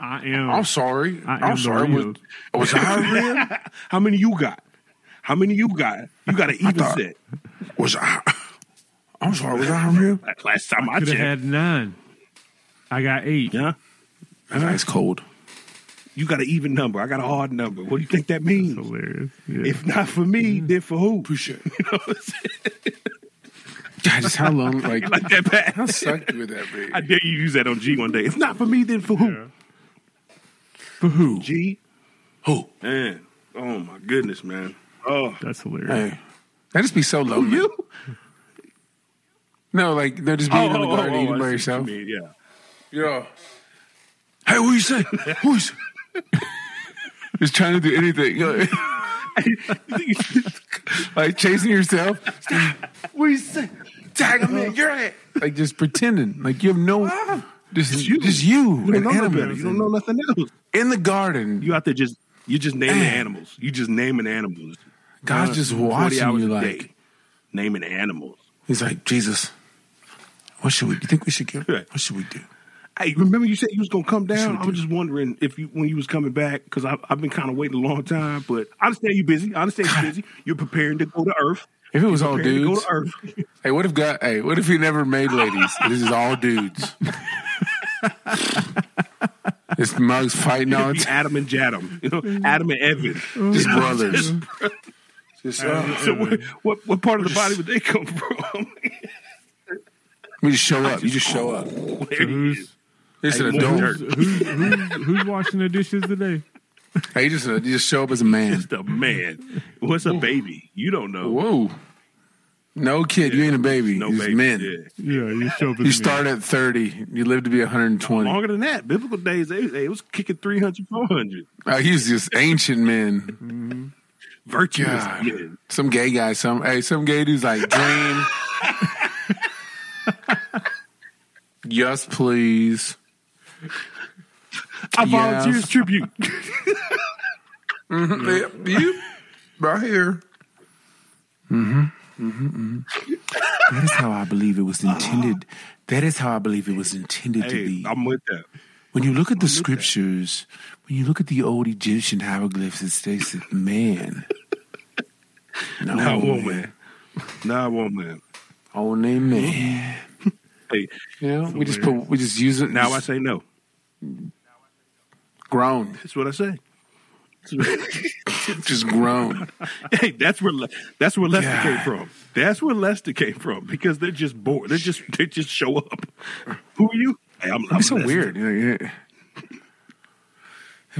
I am. I'm sorry. I am I'm the sorry. Was, rib. was I a rib? How many you got? How many you got? You got an even thought- set. Was I? I'm sorry. Was I a rib? Last time I Could have checked, had nine. I got eight. yeah, That's cold. you got an even number. I got a odd number. What do you think that means? Hilarious. Yeah. If not for me, Mm-hmm. then for who? Appreciate. it. *laughs* You know what I'm saying? God, just how long? *laughs* Like Like that how bad. sucked you with that rib? I dare you use that on G one day. If not for me, then for who? Yeah. For who? G, Who? man. Oh my goodness, man. Oh, That's hilarious. Hey, that just be so lonely. you. No, like they'll just be Oh, in the garden I see eating by what yourself. you mean, Yeah. Yeah. Hey, what you say? What you say? just trying to do anything. You know, *laughs* like chasing yourself. what you say? Tag me. You're it. Like just pretending. Like you have no. Just you. Just you. Ah. You don't and know no animals better. You don't know nothing else. In the garden. You out there just you just naming Man. animals. You just naming animals. God's just 40 watching Uh, hours you a like. day, naming animals. He's like, Jesus, what should we, you think we should get? Right. What should we do? Hey, remember you said you was gonna come down? we I was do. just wondering if you when you was coming back because I've been kind of waiting a long time. But I understand you busy. I understand you busy. You're preparing to go to Earth. If it was all Preparing to go Oh, dudes, to Earth. Hey, what if God? Hey, what if he never made ladies? this is all dudes. it's mugs fighting all *laughs* Be the *laughs* time. Adam and Jadam. You know, Adam and Evan. *laughs* Just brothers. Just, uh, So what, what what part of the body would they come from? *laughs* we just show up. You just show up. There he So who's, is. It's an Hey, adult. who's- who's, who's, who's washing the dishes today? Hey, you just uh, you just show up as a man. Just a man. What's a baby? You don't know. Whoa. No kid, you ain't a baby. No No baby. men. Yeah. Yeah, you show up. as You me. start at thirty. You live to be one hundred and twenty. Longer than that. Biblical days, they, they was kicking 300, 400. Uh, he was just ancient men. Virtuous God. men. Some gay guy. Some hey, some gay dude's like dream. Yes, please. I Yes. volunteers tribute. Mm-hmm. Yep, you right here. Mm-hmm. That is how I believe it was intended. That is how I believe it was intended to Hey, be. I'm with that. When you look at the scriptures, when you look at the old Egyptian hieroglyphs, it states that man. *laughs* No, Not woman. Not woman. Only man. Hey, Yeah, we just put we just use it now I say no. grown, That's what I say. just grown. Hey, that's where Le- that's where Lester God. came from. That's where Lester came from because they're just bored. They just they just show up. Who are you? Hey, I'm, I'm It's so Lester. weird. You know, yeah.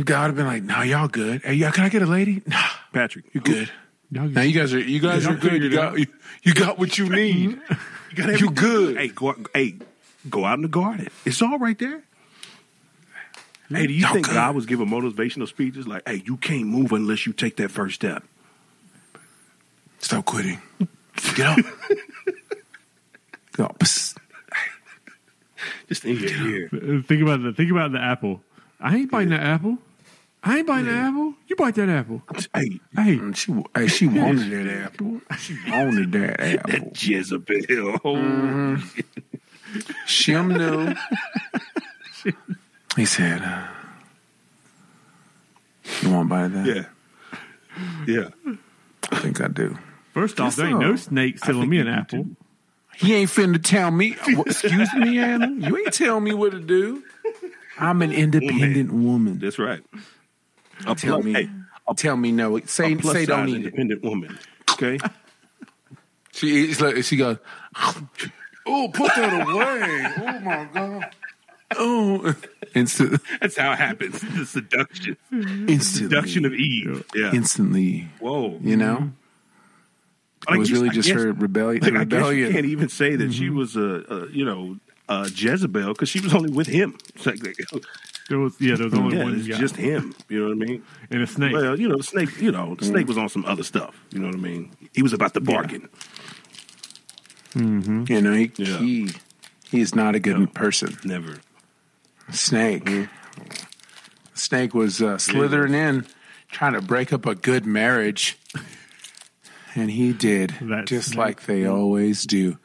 God would have been like, "No, y'all good. Hey, y'all, can I get a lady? Nah, Patrick, you good. Y'all Now get- you guys are you guys Y'all are good. You figured it got you, you got what you need. You got You everything. good. Hey, go out, hey, go out in the garden. It's all right there. Hey, do you Y'all think good. God was giving motivational speeches like, "Hey, you can't move unless you take that first step"? Stop quitting. Get up. Get up. Psst. *laughs* Just in your ear. uh, Think about the think about the apple. I ain't biting that apple. I ain't biting that apple. You bite that apple. Hey, Hey, And She, hey, she wanted that apple. She wanted that apple. that Jezebel. Shim knew. He said, uh, "You want to buy that? Yeah, yeah. I think I do." first off, there ain't so. no snake selling me an apple. He ain't finna tell me. *laughs* what- Excuse me, Anna. You ain't tell me what to do. I'm an independent woman. That's right. A Tell plus- me. hey, Tell me no. Say plus say don't size eat it. independent woman. Okay. She it's like she goes. Oh, put that away! Oh my god! Oh, Insta- That's how it happens. *laughs* The seduction, seduction instantly, of E Mm-hmm. Eve. Yeah. instantly. Whoa. You know, I it was guess- really I just guess- her rebellion. like, I guess you can't rebellion. Mm-hmm. even say that she was a, a you know a Jezebel because she was only with him. It's like, like, There was yeah, there was only yeah, one it's guy just him. You know what I mean? and a snake. Well, you know, Snake. You Mm-hmm. know, Snake was on some other stuff. You know what I mean? He was about to bargain. You know, he e Yeah. he, he is not a good person. Never. *laughs* Snake. Mm-hmm. Snake was uh, slithering in, trying to break up a good marriage, and he did That just snake. like they always do. You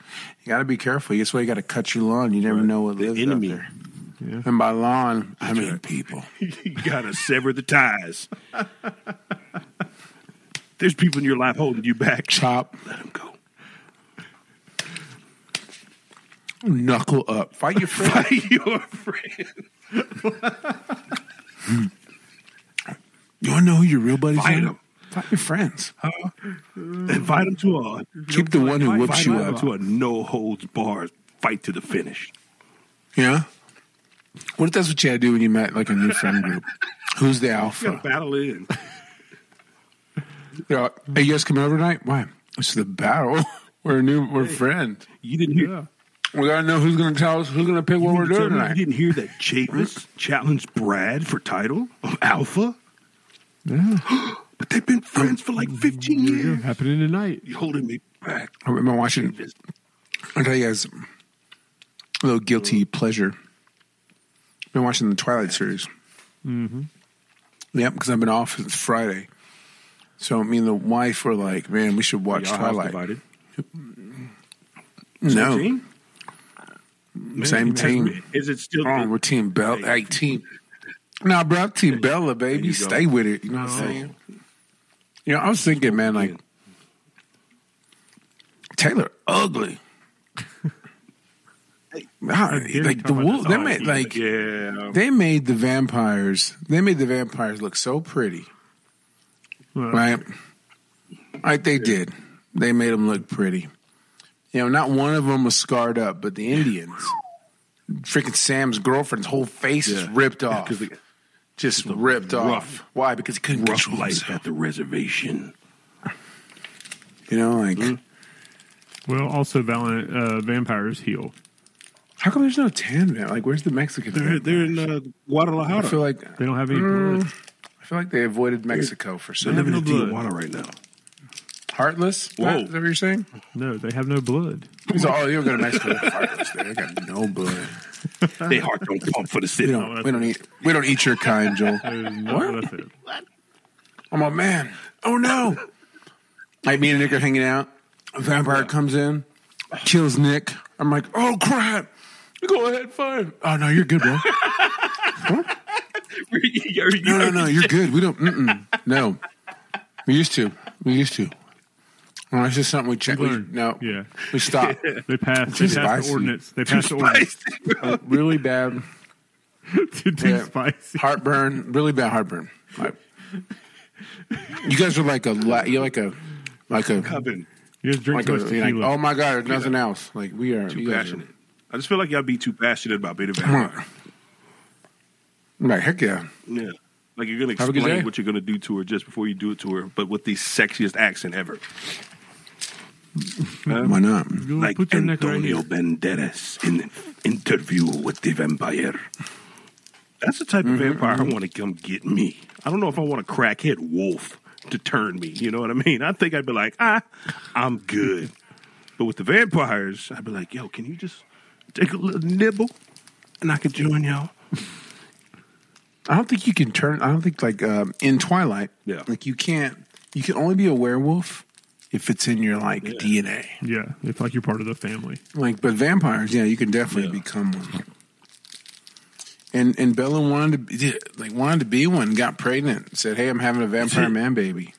got to be careful. That's why you got to cut your lawn. You never know what The lives enemy. out there. Yeah. And by lawn, I mean people. you gotta sever the ties. *laughs* There's people in your life holding you back. *laughs* Chop, Let them go. *laughs* knuckle up, fight your friend. Your friend. You want to know who your real buddies Fight are? 'em. Fight your friends. Mm-hmm. Invite them to a Keep the one who fight, whoops fight, you fight. up. to a no holds barred fight to the finish. Yeah. What if that's what you had to do when you met like a new friend group? Who's *laughs* the You gotta alpha? battle it in. They're like, hey, you guys coming over tonight? Why? It's the battle. *laughs* We're a new, we're friends. You didn't hear. Yeah. We gotta know who's gonna tell us who's gonna pick what You we're mean to doing tell me you tonight. didn't hear that Chavis challenged Brad for title of Alpha? Yeah. But they've been friends for like 15 Yeah, years. happening tonight. You holding me back. I've been watching. I'll tell you guys a little guilty pleasure. Been watching the Twilight series. Mm-hmm. Yep, because I've been off since Friday. So me and the wife were like, "Man, we should watch Y'all house Twilight." divided. No, Team? same team. Is it still Oh, we're Team Bella. Hey, team. Nah, bro, I'm Team Bella, baby. you go. Stay with it. You know what I'm saying? You know, I was thinking, man, like Taylor, ugly. Ah, you like the talk about wolf, this they all made like Yeah. they made the vampires. They made the vampires look so pretty, Well, right? Like they did. They made them look pretty. You know, not one of them was scarred up, but the Indians, freaking Sam's girlfriend's whole face is Yeah. ripped off Because the just ripped rough- off. Why? Because he couldn't rough control life himself. at the reservation. You know, like Mm-hmm. well, also valen- uh, vampires heal. how come there's no tan man? Like, where's the Mexican? They're, man? they're in uh, I Guadalajara. feel like They don't have any Mm. blood. I feel like they avoided Mexico for they're some living no in blood. Tijuana right now. heartless. Whoa. Is that what you're saying? No, they have no blood. He's like, oh, you're going to Mexico. They're heartless. They got no blood. they heart don't pump for the We city. *laughs* don't, we don't eat. We don't eat your kind, Joel. There's no- that's it. I'm a man. Oh no! *laughs* like me and Nick are hanging out. A vampire comes in, kills Nick. I'm like, oh crap! Go ahead, fine. Oh no, you're good, bro. *laughs* No, no, no, you're good. We don't. Mm-mm. No, we used to. We used to. Well, it's just something we check. We, Learn. no, Yeah. we *laughs* stop. They passed, they Too passed spicy. the ordinance. They passed the ordinance. really bad *laughs* Too, too Yeah. spicy. heartburn. Really bad heartburn. Like, you guys are like a. la- You're like a. Like a. Coven. You guys drink Like too a much like, tequila. oh my god! There's nothing else. Like we are Too you guys are- passionate. I just feel like y'all be too passionate about being a Come vampire. on. I'm like heck yeah. Yeah. Like you're gonna Have a good day. explain what you're gonna do to her just before you do it to her, but with the sexiest accent ever. Why not? Go like put your neck right Antonio here. Banderas in interview with the vampire. That's the type of vampire I want to come get me. I don't know if I want a crackhead wolf to turn me. You know what I mean? I think I'd be like, ah, I'm good. But with the vampires, I'd be like, yo, can you just take a little nibble and I could join y'all? I don't think you can turn. I don't think like um, in Twilight. Yeah. Like you can't. You can only be a werewolf if it's in your like DNA. Yeah, it's like you're part of the family. Like, but vampires, yeah, you can definitely Yeah. become one. And and Bella wanted to be, like wanted to be one. Got pregnant. Said, "Hey, I'm having *laughs* a vampire man baby."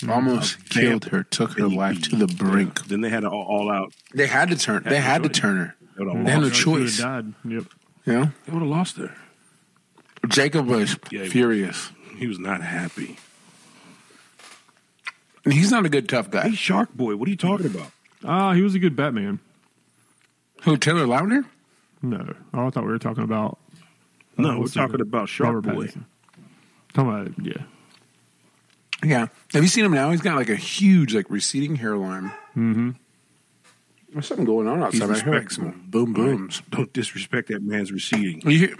Mm-hmm. Almost killed her. Took her life to the brink. Then they had an all, all out. They had to turn. They had to turn her. They would They have had no lost, choice. You Died. Yep. know. lost her. Jacob was Yeah, he was. furious, He was not happy. and he's not a good tough Hey, guy. Shark Boy, what are you talking about? Ah, he was a good Batman. Who Taylor Lautner? No, oh, I thought we were talking about No, Uh, we're what's his talking name? about Shark Robert Boy. Pattinson. Talking about yeah, Yeah. Have you seen him now? He's got like a huge, like receding hairline. Mm-hmm. There's something going on outside. I heard like some boom booms. Don't disrespect that man's receding. You hear?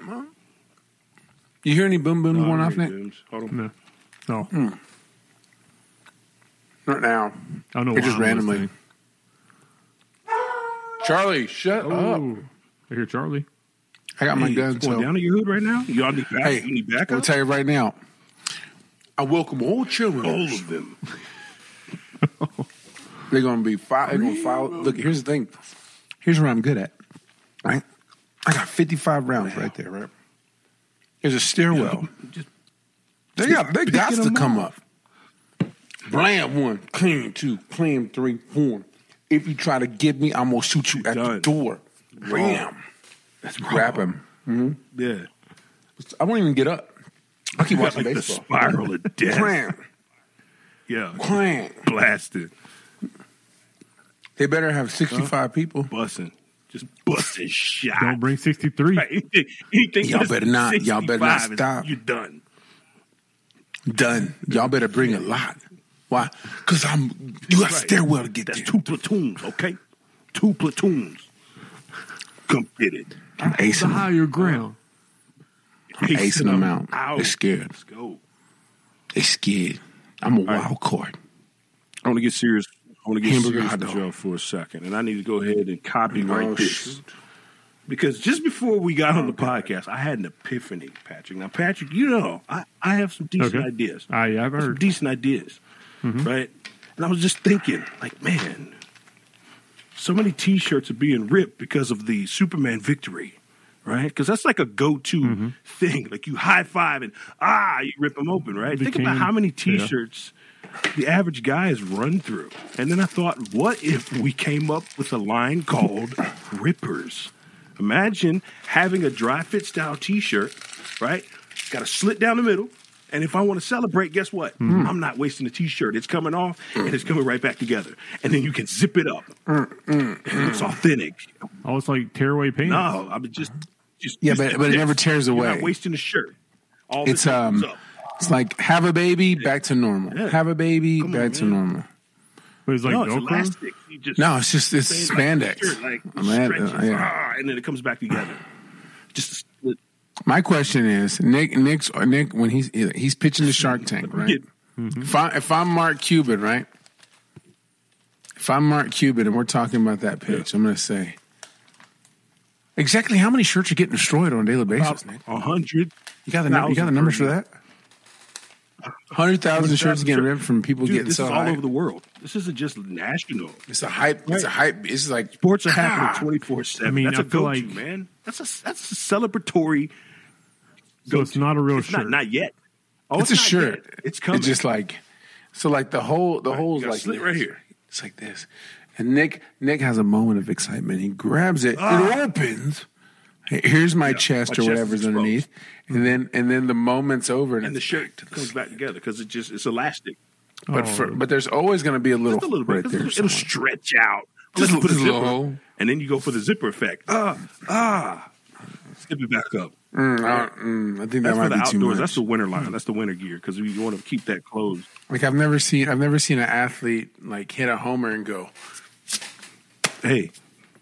You hear any boom booms going Oh, off, here it Nick? is. Hold on. no, Oh. no. Not now. I don't know. It why just I'm randomly. listening. Charlie, shut up! Oh, I hear Charlie. I got my Hey, gun. it's going so- down to your hood right now. Y'all need back. Hey, you need I'll backup. tell you right now. I welcome all children. all of *laughs* them. They're gonna be fi They're gonna file. Look, here's the thing. Here's where I'm good at. Right, I got 55 rounds right there. Right. There's a stairwell. Just They got. They got picking to 'em come up. Blam one, clean two, clean three, four. If you try to get me, I'm gonna shoot you at the Done. door. Bam. that's Grab him. Yeah, I won't even get up. I keep you got watching like the baseball. spiral of death. Clam, yeah, clam. blasted, They better have 65 people. busting, just busting shot. *laughs* Don't bring sixty three. Right. Anything- anything Y'all less better than not- y'all better not 65 is- stop. You're done. Done. Y'all better bring a lot. Why? Because I'm. You got Right. stairwell to get That's there. two platoons, okay? Two platoons. Come get it. I'm The acing. them. Oh. higher ground. I'm acing them out. Ow. They're scared. Let's go. They scared. I'm a wild card. I want to get serious. I want to get Hamburger serious hot with dog. y'all for a second, and I need to go ahead and copyright Oh, this shoot. because just before we got on the podcast, I had an epiphany, Patrick. Now, Patrick, you know I, I have some decent Okay. ideas, Ah, yeah, I've some heard. decent ideas, right? And I was just thinking, like, man, so many T-shirts are being ripped because of the Superman victory. Right, because that's like a go-to thing. Like you high five and ah, you rip them open. Right. Think about Became- how many yeah. T-shirts the average guy has run through. And then I thought, what if we came up with a line called Rippers? Imagine having a dry fit style t shirt, right? Got a slit down the middle. And if I want to celebrate, guess what? I'm not wasting the t shirt. It's coming off and it's coming right back together. And then you can zip it up. And it looks authentic. Oh, it's like tearaway pants. No, I mean, just. just Yeah, just- but, but it yes. never tears You're away. not wasting the shirt. All the It's time um. comes up. It's like have a baby, back to normal. Yeah. Have a baby, on, back to man. normal. But it's like no, it's Velcro. elastic. You just- No, it's just it's It's spandex. Like, shirt, like, I'm at- stretches, uh, yeah. ah, and then it comes back together. Just split. My question is, Nick, Nick's Nick when he's he's pitching the Shark Tank, right? Mm-hmm. If, I, if I'm Mark Cuban, right? If I'm Mark Cuban and we're talking about that pitch, I'm going to say, Exactly how many shirts are getting destroyed on a daily basis, About Nick? a hundred. You got the nu- you got the numbers for that? Hundred thousand 100,000 shirts getting ripped from people Dude, getting this so is all high. over the world. This isn't just national. it's a hype. It's a hype. It's like Sports are Ah. happening twenty four seven. I mean, that's a I feel go-to, like- man. That's a that's a celebratory. So it's not a real It's shirt. not not yet. Oh, it's, a not shirt. yet. It's coming. just like so, like the whole the whole is gotta like slit this. right here. It's like this, and Nick Nick has a moment of excitement. He grabs it. It opens. Hey, Here's my chest Ah. my or chest whatever's is exposed. underneath, and then and then the moment's over, and, and the it's back shirt to the *laughs* comes back together because it just it's elastic. But for, Oh. but there's always going to be a little, Just a little bit. right Just a there. little- it'll somewhere. stretch out. Just Just a- put a just a zipper, little hole. and then you go for the zipper effect. Ah, ah. Skip it back up. Mm, I, don't- mm, That's I think that for the might be too outdoors. much. Hmm. That's the winter line. That's the winter gear because you want to keep that closed. like I've never seen I've never seen an athlete like hit a homer and go. *laughs* Hey,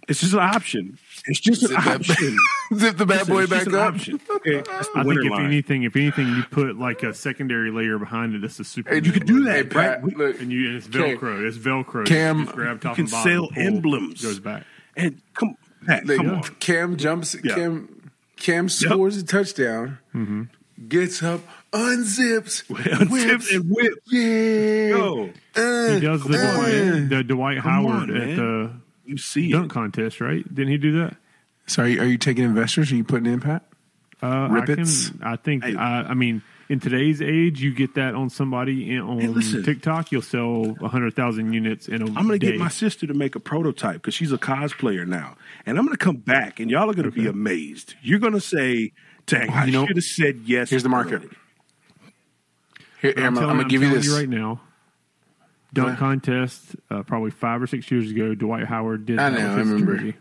it's just an option. It's just Zip an that- *laughs* option. Zip the bad Listen, boy it's just back an up. *laughs* option, Okay, That's the I think winter if line. anything, if anything, you put like a secondary layer behind it. That's a super. And you could do that, Hey, Pat, Pat, look, And you, and it's Okay. Velcro. It's Velcro. Cam, you just grab top can and bottom, sell pull, emblems. Goes back. and come, Pat, Like, come on. *laughs* Cam jumps. Yeah. Cam Cam scores a touchdown. Gets up, Mm-hmm. *laughs* unzips, Unzips and whip. Yeah, Yo, Uh, Eh, He does the Dwight, the Dwight Howard on, at the you see it. dunk contest, right? Didn't he do that? So are you, are you taking investors? Are you putting in Pat? Uh, Rippets. I, can, I think. Hey. I, I mean, in today's age, you get that on somebody in, on listen. TikTok, you'll sell hundred thousand units in a I'm gonna day. get my sister to make a prototype because she's a cosplayer now, and I'm gonna come back, and y'all are gonna be amazed. You're gonna say, "Dang, I You know, should have said yes." Here's the market. early." Here, But I'm, telling- gonna give you telling this. right now. Dunk Yeah. contest, uh, probably five or six years ago, Dwight Howard did. I that know, with I his remember. jersey.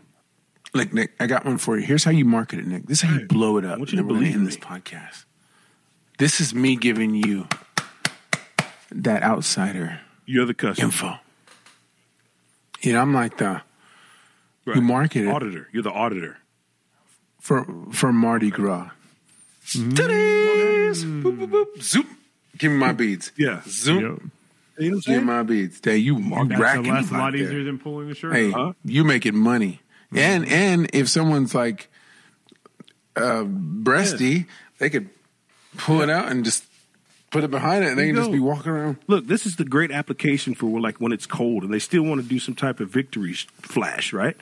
Look, Nick, I got one for you. Here's how you market it, Nick. This is how you blow it up. I want you to believe in me. this podcast. This is me giving you that outsider You're the customer, info. You know, I'm like the Right. You market it. auditor. You're the auditor. for for Mardi Gras. Mm. Titties! Boop, boop, boop. Zoop. Give me my beads. Yeah. Zoop. Yep. You know what I'm Give saying? me my beads. Hey, you, you That's a, racking that's a me out lot there. easier than pulling the shirt. Hey, off. Huh? Mm. you making money, and and if someone's like uh, breasty, they could pull it out and just put it behind it, and they You can just go. be walking around. Look, this is the great application for like when it's cold and they still want to do some type of victory sh- flash, right?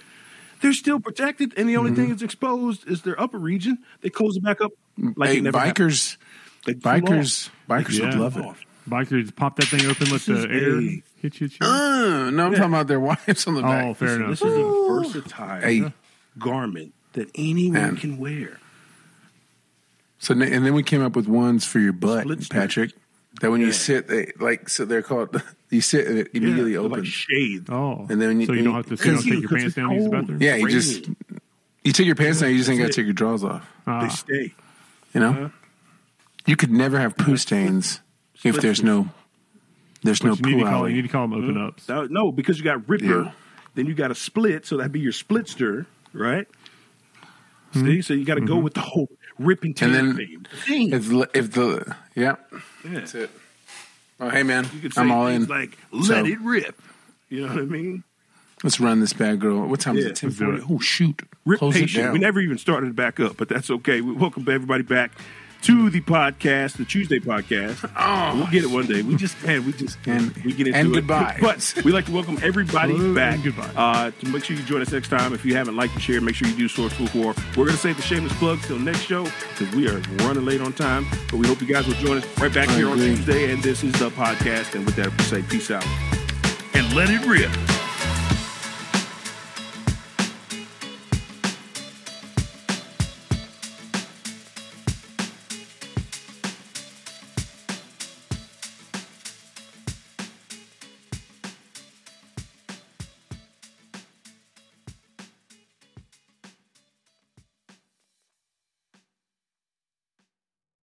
They're still protected, and the Mm-hmm. only thing that's exposed is their upper region. They close it back up like hey, it never happened. bikers, They pull bikers, off. bikers Yeah. would love it. Bikers, pop that thing open, let This is the air a- hit you. Oh, Uh, no, I'm talking about their *laughs* wives on the back. oh, fair enough. This is a versatile Hey. garment that anyone Man. can wear. So n- and then we came up with ones for your butt, Split stitch. Patrick. That when you Yeah. sit, they like so they're called. *laughs* You sit and it immediately yeah, they're Like opens. shades. Oh, And then you- so you don't have to so you don't Cause- take your cause pants it's down and use the cold. bathroom. yeah, you raining. just you take your pants down. You just ain't got to That's Uh-huh. take your drawers off. They Ah, stay. You know, you could never have poo stains if split there's stitch. no there's no you need poo to call. You need alley. to call them open ups. That- no, because you got ripper, Yeah. then you got a split, so that'd be your splitster, right? See, so you got to go with the whole rip and tear And then- thing. The thing. If l- if the yeah, Yeah. that's it. Oh hey man, You could say I'm all things in. like let So- it rip. You know what I mean? Let's run this bad girl. What time is Yeah, it? Ten let's forty. Oh shoot, Rip close it patient. down. We never even started back up, but that's okay. We welcome everybody back to the podcast, the Tuesday podcast. Oh, we'll get it one day. We just man, we just And- we get into and it. goodbye. *laughs* But we like to welcome everybody Hello and back. goodbye. Uh, to make sure you join us next time. If you haven't liked and shared, make sure you do Sourceful War. We're gonna save the shameless plug till next show because we are running late on time. But we hope you guys will join us right back I here on agree. Tuesday. And this is the podcast. And with that, we say peace out and let it rip.